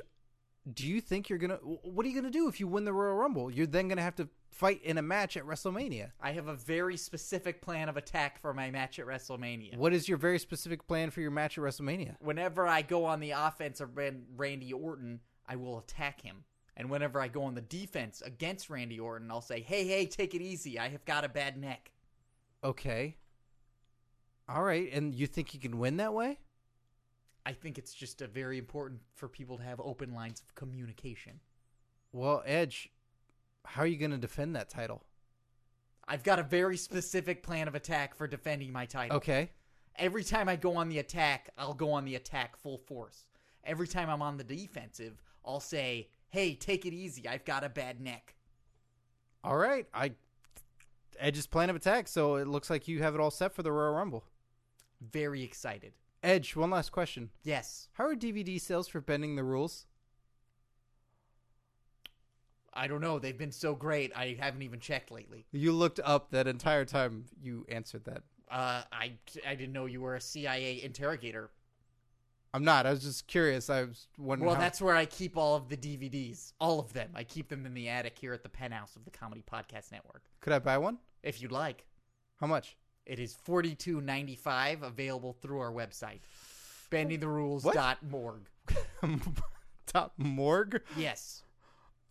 do you think you're gonna? wh- What are you gonna do if you win the Royal Rumble? You're then gonna have to fight in a match at WrestleMania.
I have a very specific plan of attack for my match at WrestleMania.
What is your very specific plan for your match at WrestleMania?
whenever I go on the offense of Ran- Randy Orton, I will attack him. And whenever I go on the defense against Randy Orton, I'll say, "Hey, hey, take it easy. I have got a bad neck."
Okay. All right, and you think you can win that way?
I think it's just a very important for people to have open lines of communication.
Well, Edge, how are you going to defend that title?
I've got a very specific plan of attack for defending my title.
Okay.
Every time I go on the attack, I'll go on the attack full force. Every time I'm on the defensive, I'll say, hey, take it easy. I've got a bad neck.
All right, I Edge's plan of attack. So it looks like you have it all set for the Royal Rumble.
Very excited.
Edge, one last question:
Yes.
How are DVD sales for bending the rules?
I don't know. They've been so great. I haven't even checked lately.
You looked up that entire time you answered that.
Uh, I, I didn't know you were a CIA interrogator.
I'm not. I was just curious. I was wondering.
Well,
how-
that's where I keep all of the DVDs. All of them. I keep them in the attic here at the penthouse of the Comedy Podcast Network.
could I buy one?
If you'd like.
How much?
It is forty two ninety five available through our website.
What?
Bendingtherules.morg.
Top morgue.
Yes.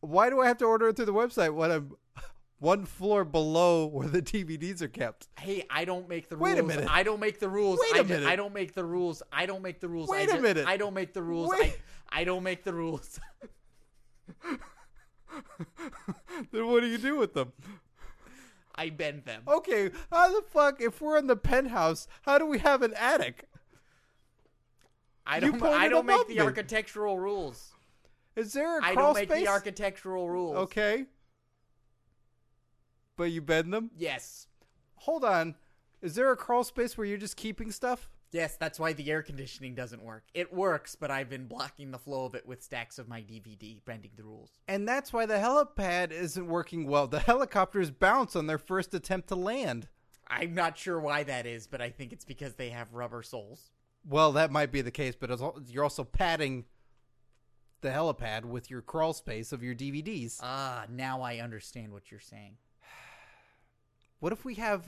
Why do I have to order it through the website when I'm one floor below where the DVDs are kept?
Hey, I don't make the rules.
Wait a minute.
I don't make the rules.
Wait
I
a
ju-
minute.
I don't make the rules. I don't make the rules. I
Wait a
ju-
minute.
I don't make the rules. I,
Wait.
I don't make the rules.
then what do you do with them?
I bend them.
Okay, how the fuck? If we're in the penthouse, how do we have an attic?
I
you
don't
pointed
I don't make
above
the
me.
architectural rules.
Is there a
I
crawl
don't make
space?
the architectural rules.
okay, but you bend them.
Yes.
Hold on, is there a crawl space where you're just keeping stuff?
Yes, that's why the air conditioning doesn't work. It works, but I've been blocking the flow of it with stacks of my DVD, bending the rules.
And that's why the helipad isn't working well. The helicopters bounce on their first attempt to land.
I'm not sure why that is, but I think it's because they have rubber soles.
Well, that might be the case, but it's al- you're also padding the helipad with your crawl space of your DVDs.
Ah, now I understand what you're saying.
what if we have,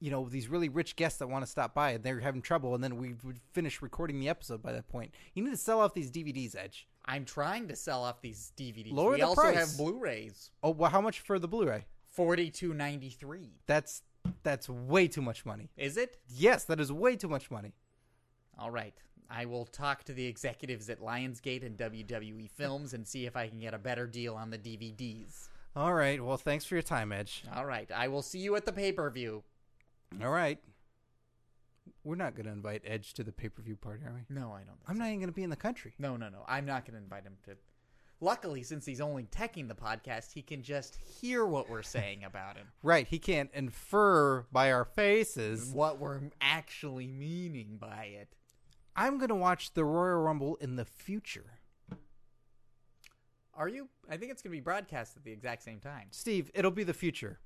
you know, these really rich guests that want to stop by and they're having trouble, and then we would finish recording the episode by that point? You need to sell off these DVDs, Edge.
I'm trying to sell off these DVDs.
Lower
we
the
also
price.
have Blu-rays.
Oh, well, how much for the Blu-ray?
Forty-two ninety-three.
That's that's way too much money.
Is it?
Yes, that is way too much money.
All right. I will talk to the executives at Lionsgate and WWE Films and see if I can get a better deal on the DVDs.
All right. Well, thanks for your time, Edge.
All right. I will see you at the pay-per-view.
All right. We're not going to invite Edge to the pay-per-view party, are we?
No, I don't. Think
I'm not even going to be in the country.
No, no, no. I'm not going to invite him to. Luckily, since he's only teching the podcast, he can just hear what we're saying about him,
Right, he can't infer by our faces.
what we're actually meaning by it.
I'm going to watch the Royal Rumble in the future.
Are you? I think it's going to be broadcast at the exact same time.
Steve, it'll be the future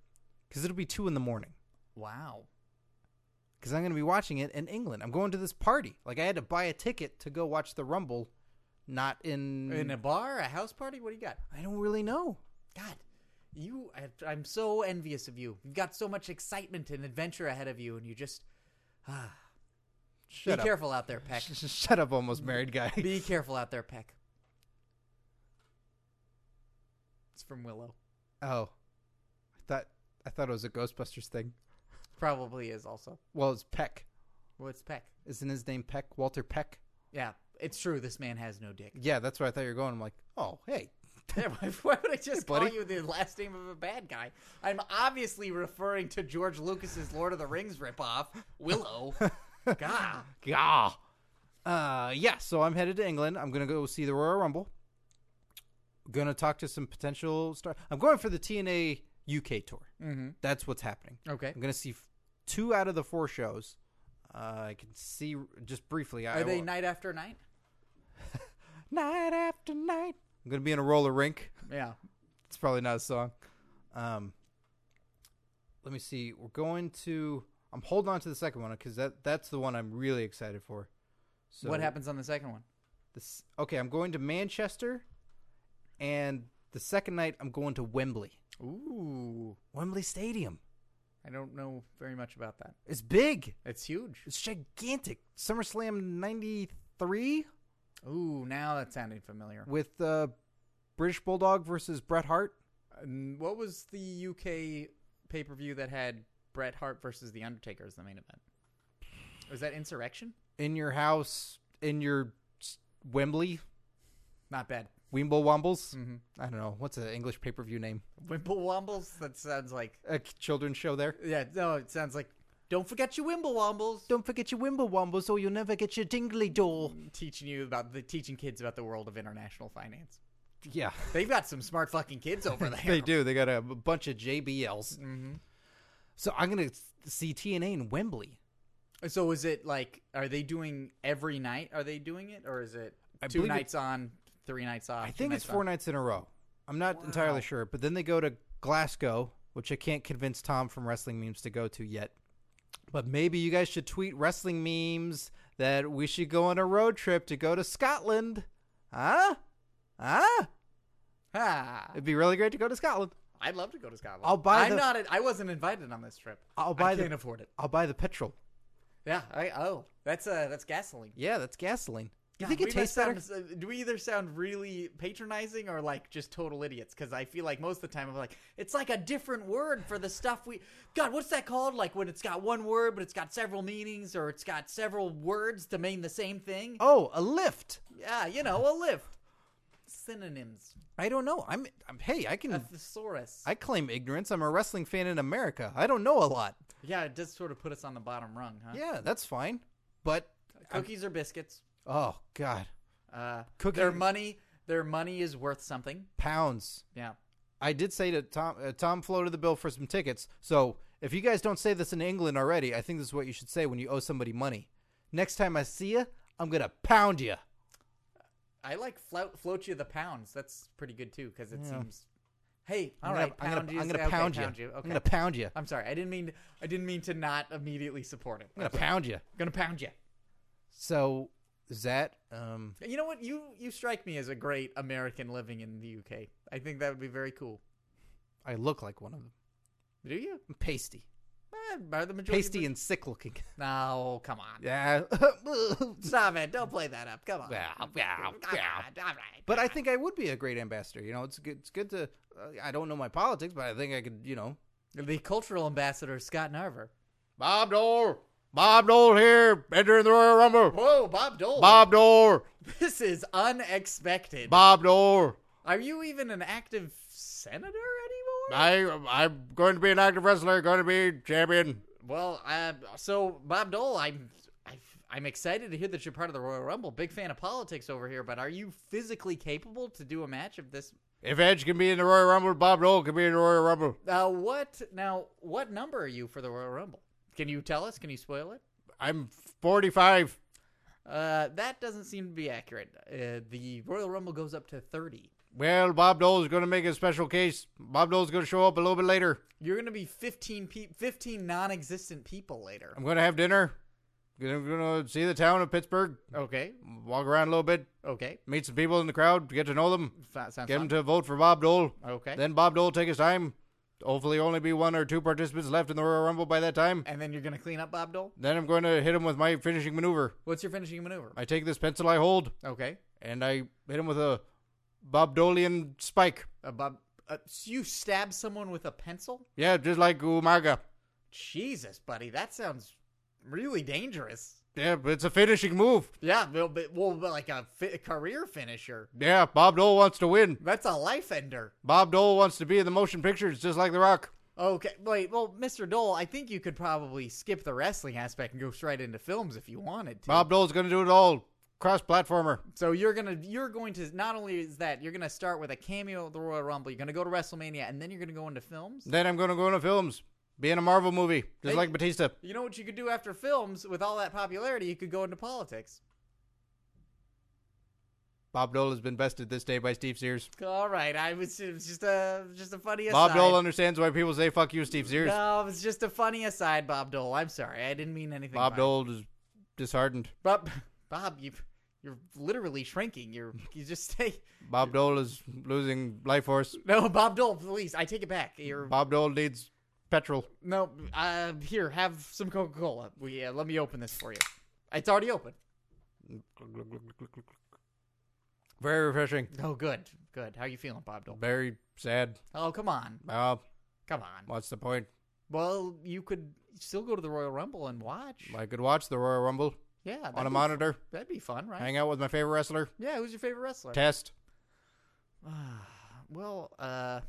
because it'll be two in the morning
Wow.
because I'm going to be watching it in England. I'm going to this party. Like, I had to buy a ticket to go watch the Rumble, not in.
In a bar, a house party? What do you got?
I don't really know.
God, you. I, I'm so envious of you. You've got so much excitement and adventure ahead of you, and you just. Ah, be
Shut up.
careful out there, Peck.
Shut up, almost married guy.
be careful out there, Peck. It's from Willow.
oh, I thought I thought it was a Ghostbusters thing.
Probably is also.
Well, it's Peck.
Well, it's Peck.
Isn't his name Peck? Walter Peck.
Yeah, it's true. This man has no dick.
Yeah, that's where I thought you were going. I'm like, oh, hey,
Yeah, why- Why would I just call
buddy.
you the last name of a bad guy? I'm obviously referring to George Lucas's Lord of the Rings ripoff, Willow. God.
Gah. Uh, yeah, so I'm headed to England. I'm going to go see the Royal Rumble. Going to talk to some potential star. I'm going for the TNA UK tour. Mm-hmm. That's what's happening.
Okay.
I'm going to see f- two out of the four shows. Uh, I can see just briefly. I
Are they
will-
night after night?
night after night? I'm going to be in a roller rink.
Yeah.
It's probably not a song. Um, let me see. We're going to. I'm holding on to the second one because that that's the one I'm really excited for. So
what happens on the second one?
This, okay, I'm going to Manchester, and the second night I'm going to Wembley.
Ooh.
Wembley Stadium.
I don't know very much about that.
It's big.
It's huge.
It's gigantic. SummerSlam '93
Ooh, now that sounded familiar.
with uh, British Bulldog versus Bret Hart.
Um, What was the UK pay per view that had Bret Hart versus The Undertaker as the main event? Was that Insurrection?
In your house, in your s- Wembley,
Not bad.
Wemble Wombles. I don't know what's an English pay per view name.
Wimble Wombles? That sounds like.
A k- children's show there.
Yeah, no, it sounds like. Don't forget your Wimble Wombles.
Don't forget your Wimble Wombles, or you'll never get your dingly door.
Teaching you about the teaching kids about the world of international finance.
Yeah,
They've got some smart fucking kids over there.
they do. They got a b- bunch of JBLs.
Mm-hmm.
So I'm gonna s- see TNA in Wembley.
So is it like are they doing every night? Are they doing it or is it
I
two
believe it-
nights on, three nights off?
I think it's four
nights.
nights in a row. I'm not entirely sure, but then they go to Glasgow, which I can't convince Tom from Wrestling Memes to go to yet. But maybe you guys should tweet wrestling memes that we should go on a road trip to go to Scotland. Huh? Huh?
on? Ah,
It'd be really great to go to Scotland.
I'd love to go to Scotland.
I'll buy
I'm
the-
not. I wasn't invited on this trip.
I'll buy
I
the-
can't afford it.
I'll buy the petrol.
Yeah. I oh that's uh that's gasoline.
Yeah, that's gasoline. You
God,
think
we
it
must
tastes better?
sound- uh, do we either sound really patronizing or like just total idiots? Because I feel like most of the time I'm like, it's like a different word for the stuff we. God, what's that called? Like when it's got one word but it's got several meanings, or it's got several words to mean the same thing.
Oh, a lift.
Yeah, you know, a lift. Synonyms.
I don't know. I'm, I'm hey, I can
A thesaurus.
Hmm. I claim ignorance. I'm a wrestling fan in America. I don't know a lot.
yeah, it does sort of put us on the bottom rung, huh?
Yeah, that's fine. But
Cookies or biscuits.
oh god,
Uh,
Cookie-
Their money. Their money is worth something.
pounds.
Yeah.
I did say to Tom uh, Tom floated the bill for some tickets. So, if you guys don't say this in England already, I think this is what you should say when you owe somebody money. Next time I see you, I'm going to pound you.
I like flout, float you the pounds. That's pretty good too, because it seems. Hey, all
I'm gonna-
right,
I'm
pound
gonna,
you.
I'm
is-
gonna
okay,
pound you.
pound you.
I'm
Okay.
gonna pound you. I'm
I'm sorry. I didn't mean. I didn't mean to not immediately support it.
gonna pound you.
gonna pound you.
So, is that um
You know what? You you strike me as a great American living in the UK. I think that would be very cool.
I look like one of them.
Do you?
I'm pasty.
Eh, by the majority. of
Pasty and sick looking.
the- No, come on.
Yeah.
Stop it! Don't play that up. Come on.
Yeah, yeah,
Come
yeah.
on, All right.
But I think I would be a great ambassador. You know, it's good. It's good to. Uh, I don't know my politics, but I think I could. You know,
the cultural ambassador Scott Narver.
Bob Dole. Bob Dole here, entering the Royal Rumble.
Whoa, Bob Dole.
Dole.
This is unexpected.
Bob Dole.
Are you even an active senator anymore?
I I'm going to be an active wrestler. Going to be champion.
well, uh, so Bob Dole, I'm I, I'm excited to hear that you're part of the Royal Rumble. Big fan of politics over here, but are you physically capable to do a match of this?
If Edge can be in the Royal Rumble, Bob Dole can be in the Royal Rumble.
Uh, what now? What number are you for the Royal Rumble? Can you tell us? Can you spoil it?
I'm 45.
Uh, that doesn't seem to be accurate. Uh, the Royal Rumble goes up to thirty.
Well, Bob Dole is going to make a special case. Bob Dole's going to show up a little bit later.
You're gonna be 15, pe- 15 non-existent people later.
I'm going to have dinner. I'm going to see the town of Pittsburgh.
Okay,
Walk around a little bit.
okay,
meet some people in the crowd, get to know them,
That sounds
get them
fun.
to vote for Bob Dole.
Okay.
Then Bob Dole take his time. Hopefully, only be one or two participants left in the Royal Rumble by that time.
and then you're gonna clean up Bob Dole.
Then I'm going to hit him with my finishing maneuver.
What's your finishing maneuver?
I take this pencil I hold
Okay.
and I hit him with a Bob Dolean spike.
A bub- uh, so you stab someone with a pencil?
Yeah, just like Umaga.
Jesus, buddy, that sounds really dangerous.
Yeah, but it's a finishing move.
Yeah, well, but, well but like a fi- career finisher.
Yeah, Bob Dole wants to win.
That's a life ender.
Bob Dole wants to be in the motion pictures, just like The Rock.
Okay, wait, well, Mr. Dole, I think you could probably skip the wrestling aspect and go straight into films if you wanted to.
Bob Dole's going to do it all. Cross platformer.
So you're gonna you're going to not only is that you're gonna start with a cameo at the Royal Rumble, you're gonna go to WrestleMania, and then you're gonna go into films.
Then I'm going to go into films. Be in a Marvel movie, just
Hey.
like Batista.
You know what you could do after films with all that popularity? You could go into politics.
Bob Dole has been bested this day by Steve Sears.
All right, I was, it was just a just a funny
Bob
aside.
Dole understands why people say "fuck you, Steve Sears."
No, it's just a funny aside, Bob Dole. I'm sorry, I didn't mean anything.
Bob
by it.
Dole is disheartened.
Bob, Bob, you you're literally shrinking. You're you just stay.
Bob Dole is losing life force.
No, Bob Dole, please. I take it back. You're
Bob Dole needs petrol.
no. Uh, here, have some Coca Cola. We uh, let me open this for you. It's already open.
Very refreshing.
Oh, good, good. How you feeling, Bob Dole?
Very sad.
Oh, come on,
Uh,
come on.
what's the point?
Well, you could still go to the Royal Rumble and watch.
I could watch the Royal Rumble
yeah, that'd
on a
be-
monitor,
That'd be fun, right?
hang out with my favorite wrestler,
Yeah, who's your favorite wrestler? Ah,
test.
Well, uh,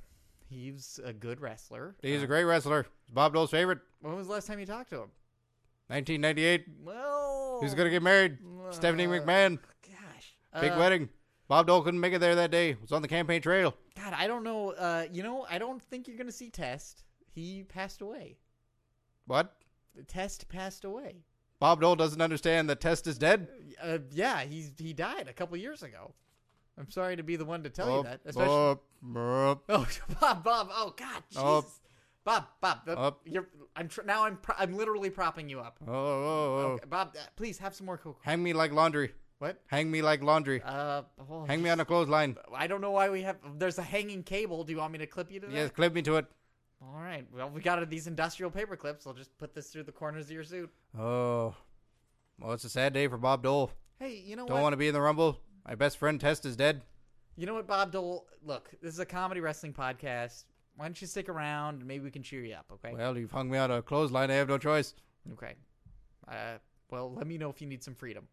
he's a good wrestler.
He's
Uh,
a great wrestler. He's Bob Dole's favorite.
when was the last time you talked to him?
1998.
Well,
He's gonna get married. Stephanie McMahon.
oh, Gosh,
Big
Uh,
wedding. Bob Dole couldn't make it there that day. It was on the campaign trail.
God, I don't know. Uh, you know, I don't think you're gonna see Test. He passed away.
What?
Test passed away.
Bob Dole doesn't understand that Test is dead.
Uh, yeah, he's he died a couple years ago. I'm sorry to be the one to tell you
Oh,
that. Especially,
Up, up, up.
oh, Bob, Bob, oh God, Jesus,
Up.
Bob, Bob, uh,
Up.
you're. I'm tr- now. I'm. Pro- I'm literally propping you up.
Oh, oh, oh.
Okay, Bob, uh, please have some more cocoa.
Hang me like laundry.
What?
Hang me like laundry.
Uh, well,
Hang me on a clothesline.
I don't know why we have. There's a hanging cable. Do you want me to clip you to that?
Yes, clip me to it.
All right. Well, we got these industrial paper clips. I'll just put this through the corners of your suit.
Oh. Well, it's a sad day for Bob Dole.
Hey, you know
Don't
what?
want to be in the Rumble. My best friend Test is dead.
You know what, Bob Dole? Look, this is a comedy wrestling podcast. Why don't you stick around? and Maybe we can cheer you up. Okay.
Well, you've hung me on a clothesline. I have no choice.
Okay. Uh, well, let me know if you need some freedom,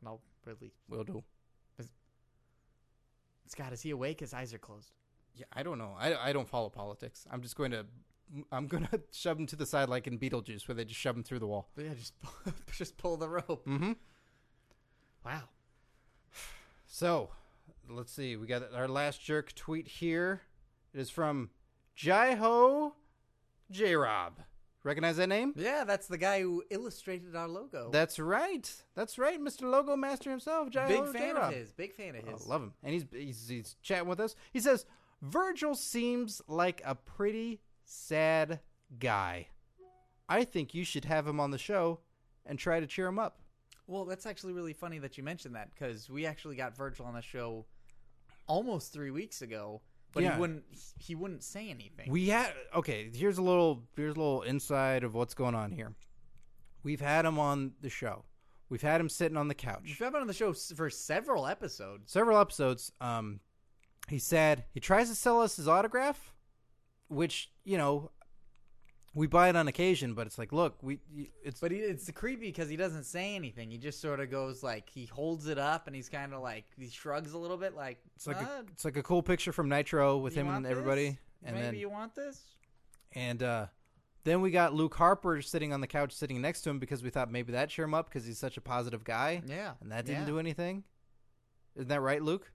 and I'll really.
Will do.
Scott, is he awake? His eyes are closed.
Yeah, I don't know. I, I don't follow politics. I'm just going to I'm going to shove him to the side like in Beetlejuice where they just shove him through the wall.
But yeah, just just pull the rope.
Mhm.
Wow.
So, let's see. We got our last jerk tweet here. It is from Jaiho J Rob. Recognize that name?
Yeah, that's the guy who illustrated our logo.
That's right. That's right, Mr. Logo Master himself, Jaiho
Big fan
J-Rob.
of his. Big fan of
I
his.
love him. And he's, he's he's chatting with us. He says, "Virgil seems like a pretty sad guy. I think you should have him on the show and try to cheer him up."
Well, that's actually really funny that you mentioned that because we actually got Virgil on the show almost three weeks ago, but
Yeah.
he wouldn't he wouldn't say anything.
We had okay. Here's a little here's a little inside of what's going on here. We've had him on the show. We've had him sitting on the couch.
We've had him on the show s- for several episodes.
several episodes. Um, he said he tries to sell us his autograph, which you know we buy it on occasion, but it's like, look, we it's
But he, it's creepy because he doesn't say anything. He just sort of goes like he holds it up and he's kind of like he shrugs a little bit, like
it's like
"Ah,
a, it's like a cool picture from Nitro with
you
him
want
and
this?
everybody, and
Maybe
then
you want this.
and uh, then we got Luke Harper sitting on the couch sitting next to him because we thought maybe that cheer him up because he's such a positive guy,
Yeah,
and that didn't
yeah.
do anything. Isn't that right, Luke?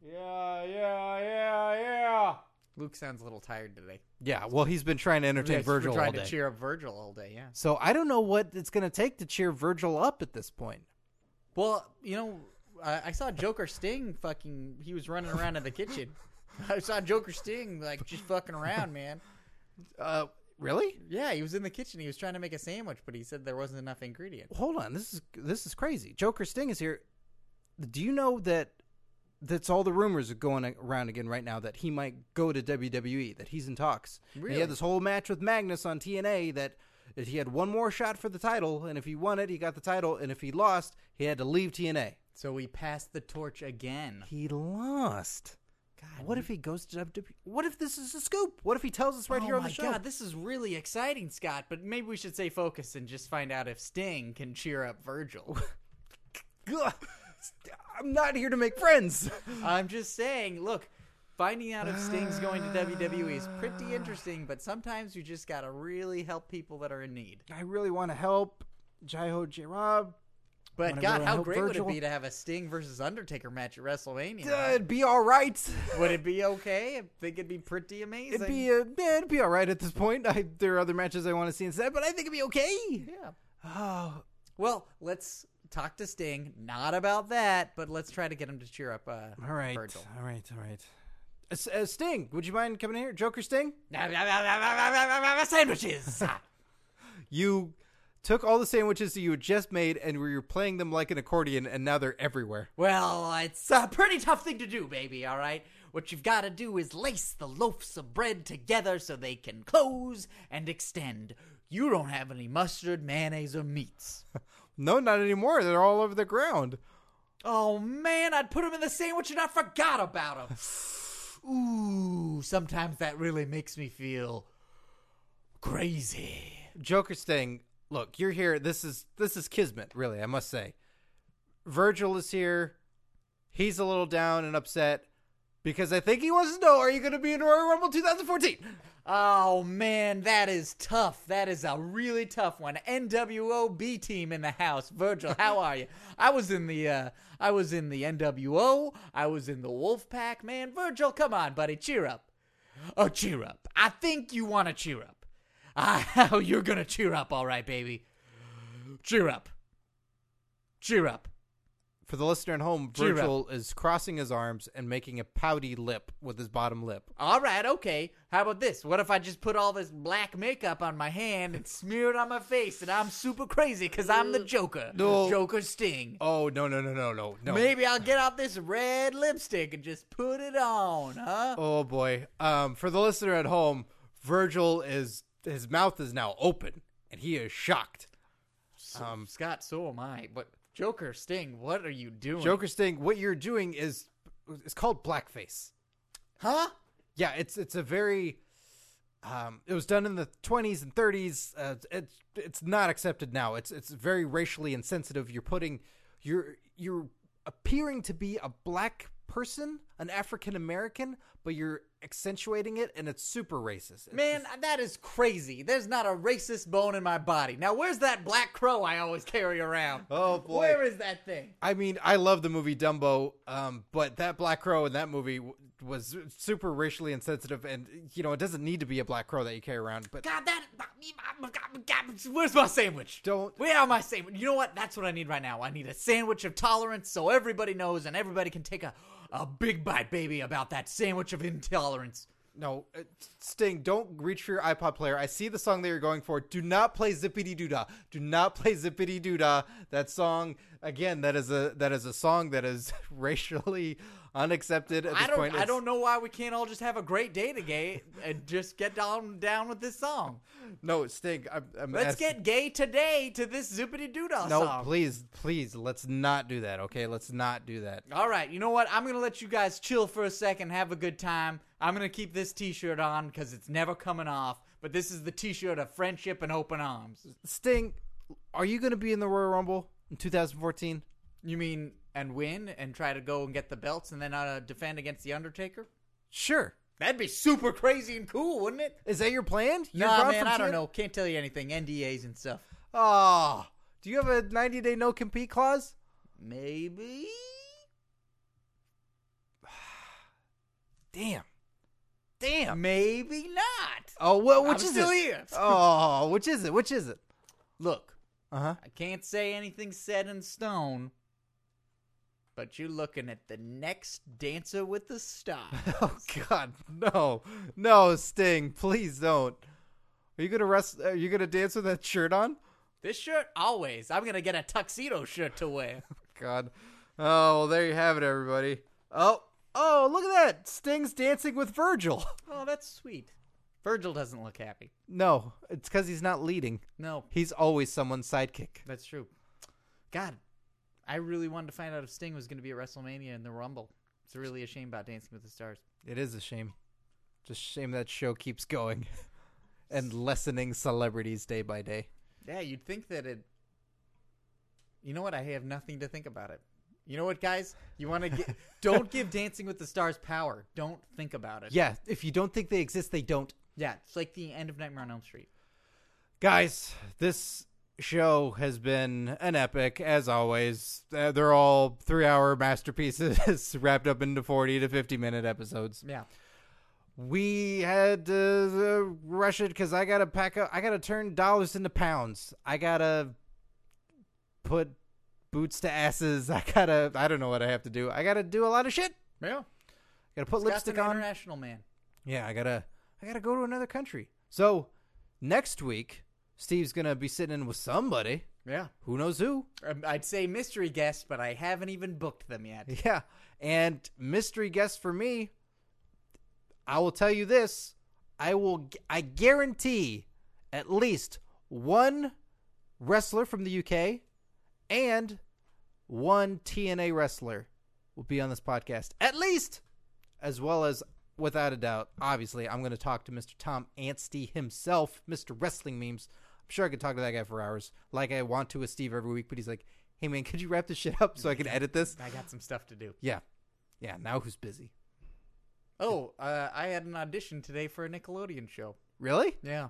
Yeah, yeah, yeah, yeah.
Luke sounds a little tired today.
Yeah. Well, he's been trying to entertain
Yes, we're
Virgil
trying
all
to
day.
cheer up Virgil all day. Yeah.
so I don't know what it's going to take to cheer Virgil up at this point.
Well, you know, I, I saw Joker Sting fucking. He was running around in the kitchen. I saw Joker Sting like just fucking around, man.
Uh, really?
Yeah, he was in the kitchen. He was trying to make a sandwich, but he said there wasn't enough ingredient.
Hold on. This is this is crazy. Joker Sting is here. Do you know that that's all the rumors are going around again right now that he might go to WWE, that he's in talks. And He
Really?
had this whole match with Magnus on TNA that that he had one more shot for the title, and if he won it, he got the title, and if he lost, he had to leave TNA.
So we passed the torch again.
He lost.
God,
What if he goes to WWE? What if this is a scoop? What if he tells us right
oh
here on
my
the show?
god, this is really exciting, Scott. But maybe we should stay focused and just find out if Sting can cheer up Virgil.
Ugh. I'm not here to make friends.
I'm just saying, look, finding out if Sting's going to WWE is pretty interesting, but sometimes you just gotta really help people that are in need.
I really want to help Jaiho J Rob.
But
Wanna
God,
go
how
help
great
Virgil?
would it be to have a Sting versus Undertaker match at WrestleMania?
Uh, it'd be all right.
Would it be okay? I think it'd be pretty amazing.
It'd be uh, yeah, it'd be all right at this point. I, there are other matches I want to see instead, but I think it'd be okay.
yeah.
Oh,
Well, let's talk to Sting. Not about that, but let's try to get him to cheer up. Uh,
all right,
Virgil.
all right, all right. Uh, S- uh, Sting, would you mind coming here, Joker Sting?
Sandwiches.
You took all the sandwiches that you had just made and we were playing them like an accordion, and now they're everywhere.
Well, it's a pretty tough thing to do, baby, all right? What you've got to do is lace the loaves of bread together so they can close and extend. You don't have any mustard, mayonnaise, or meats.
No, not anymore. They're all over the ground.
Oh man, I'd put them in the sandwich and I forgot about them. Ooh, sometimes that really makes me feel crazy.
Joker Sting, look, you're here. This is this is kismet, really. I must say. Virgil is here. He's a little down and upset. Because I think he wants to know: Are you going to be in Royal Rumble 2014?
Oh man, that is tough. That is a really tough one. NWO B team in the house. Virgil, how are you? I was in the uh I was in the NWO. I was in the Wolfpack. Man, Virgil, come on, buddy, cheer up. Oh, cheer up. I think you want to cheer up. Ah, you're going to cheer up, all right, baby. Cheer up. Cheer up.
For the listener at home,
Cheer up.
Virgil is crossing his arms and making a pouty lip with his bottom lip.
All right, okay. How about this? What if I just put all this black makeup on my hand and smear it on my face and I'm super crazy because I'm the Joker?
No.
Joker Sting.
Oh no no no no no no!
Maybe I'll get out this red lipstick and just put it on, huh?
Oh boy. Um, for the listener at home, Virgil is his mouth is now open and he is shocked.
Um, Scott, so am I. But Joker Sting, what are you doing?
Joker Sting, what you're doing is it's called blackface.
Huh?
Yeah, it's it's a very um, it was done in the 20s and 30s. Uh, it's it's not accepted now. It's it's very racially insensitive. You're putting you're you're appearing to be a black person, an African American, but you're accentuating it and it's super racist. It's
Man, that is crazy. There's not a racist bone in my body. Now, where's that black crow I always carry around?
Oh, boy.
Where is that thing?
I mean, I love the movie Dumbo, um, but that black crow in that movie w- was super racially insensitive, and you know it doesn't need to be a black crow that you carry around. But
God, that. Where's my sandwich?
Don't-
Where are my sandwich? You know what? That's what I need right now. I need a sandwich of tolerance so everybody knows and everybody can take a, a big bite, baby, about that sandwich of intolerance.
no, uh, Sting, don't reach for your iPod player. I see the song that you're going for. Do not play Zippity Doo Dah. Do not play Zippity Doo Dah. That song again. That is a that is a song that is racially unaccepted at this
I don't.
point.
I
It's-
don't know why we can't all just have a great day today and just get down down with this song.
No, Sting. I'm, I'm
Let's
asking-
get gay today to this zippity doodah
No,
song.
please, please, let's not do that. Okay, let's not do that.
All right, you know what? I'm gonna let you guys chill for a second, have a good time. I'm gonna keep this T-shirt on because it's never coming off. But this is the T-shirt of friendship and open arms.
Sting, are you going to be in the Royal Rumble in 2014?
You mean and win and try to go and get the belts and then uh, defend against the Undertaker?
Sure.
That'd be super crazy and cool, wouldn't it?
Is that your plan? You're
nah,
gone
man,
from
I don't
TN?
know. Can't tell you anything. NDAs and stuff.
Oh, do you have a 90 day no compete clause?
Maybe.
Damn. Damn.
Maybe not.
Oh, well, which
I'm
is
still
it?
here.
Oh, which is it? Which is it?
Look,
Uh huh.
I can't say anything set in stone, but you're looking at the next Dancer with the Stars.
Oh God, no, no, Sting, please don't. Are you gonna rest? Are you gonna dance with that shirt on?
this shirt, always. I'm gonna get a tuxedo shirt to wear.
God. Oh, well, there you have it, everybody. Oh, oh, look at that! Sting's dancing with Virgil.
oh, that's sweet. Virgil doesn't look happy.
No, it's because he's not leading.
No,
He's always someone's sidekick.
that's true. God, I really wanted to find out if Sting was gonna be at WrestleMania in the Rumble. It's really a shame about Dancing with the Stars.
It is a shame. Just shame that show keeps going and lessening celebrities day by day.
Yeah, you'd think that it. You know what? I have nothing to think about it. You know what, guys? You want to get? don't give Dancing with the Stars power. Don't think about it.
Yeah, if you don't think they exist, they don't.
yeah. It's like the end of Nightmare on Elm Street.
Guys, this show has been an epic, as always. Uh, They're all three hour masterpieces wrapped up into 40 to 50 minute episodes.
Yeah.
we had to uh, rush it because I gotta pack up. I gotta turn dollars into pounds. I gotta put boots to asses. I gotta. I don't know what I have to do. I gotta do a lot of shit.
Yeah.
Gotta put lipstick on.
international man.
Yeah, I gotta. I gotta go to another country. So next week, Steve's gonna be sitting in with somebody.
Yeah.
Who knows who?
Um, I'd say mystery guest, but I haven't even booked them yet.
Yeah. And mystery guest for me, I will tell you this, I will gu- I guarantee at least one wrestler from the UK and one TNA wrestler will be on this podcast. At least as well as without a doubt, obviously, I'm going to talk to Mr. Tom Anstey himself, Mr. Wrestling Memes. I'm sure I could talk to that guy for hours, like I want to with Steve every week. But he's like, "Hey man, could you wrap this shit up so I can edit this?"
I got some stuff to do.
Yeah. Yeah, now who's busy?
Oh, uh, I had an audition today for a Nickelodeon show.
Really?
Yeah.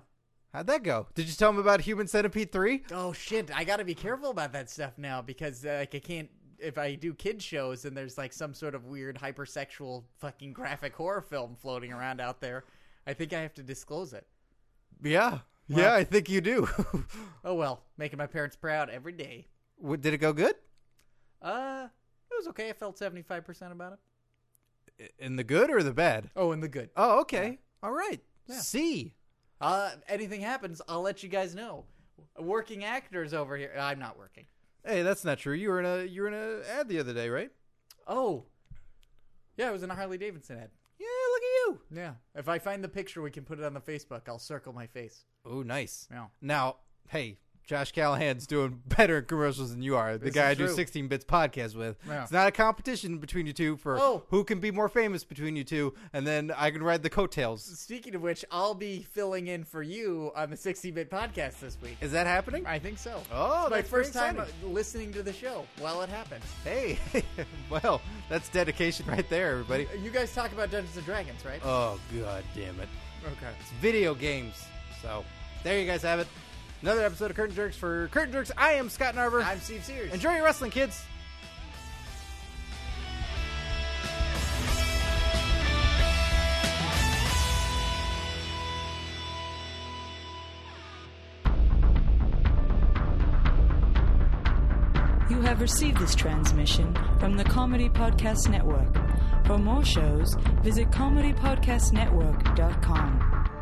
How'd that go? Did you tell him about Human Centipede 3?
Oh shit! I gotta be careful about that stuff now because uh, like I can't. If I do kid shows and there's like some sort of weird hypersexual fucking graphic horror film floating around out there, I think I have to disclose it.
Yeah. yeah, I think you do.
Oh well, making my parents proud every day.
What- Did it go good?
Uh, it was okay. I felt seventy five percent about it.
In the good or the bad?
Oh, and the good.
Oh, okay. All right. C.
Uh, anything happens, I'll let you guys know. Working actors over here. I'm not working.
Hey, that's not true. You were in a you were in a ad the other day, right?
Oh, yeah, it was in a Harley Davidson ad.
Yeah, look at you.
Yeah. If I find the picture, we can put it on the Facebook. I'll circle my face.
Oh, nice.
Yeah.
Now, hey, Josh Callahan's doing better in commercials than you are. The
This
guy
is
I do
true.
16 Bits podcast with.
Yeah.
It's not a competition between you two for
Oh.
who can be more famous between you two, and then I can ride the coattails.
Speaking of which, I'll be filling in for you on the 60 Bit Podcast this week.
Is that happening?
I think so.
Oh,
it's my
that's very
first time
exciting.
uh, listening to the show while it happens.
Hey, well, that's dedication right there, everybody.
You guys talk about Dungeons and Dragons, right?
Oh, god damn it.
Uh, okay.
It's video games. So, there you guys have it. Another episode of Curtain Jerks for Curtain Jerks. I am Scott Narver.
I'm Steve Sears.
Enjoy your wrestling, kids.
You have received this transmission from the Comedy Podcast Network. For more shows, visit comedypodcastnetwork.com.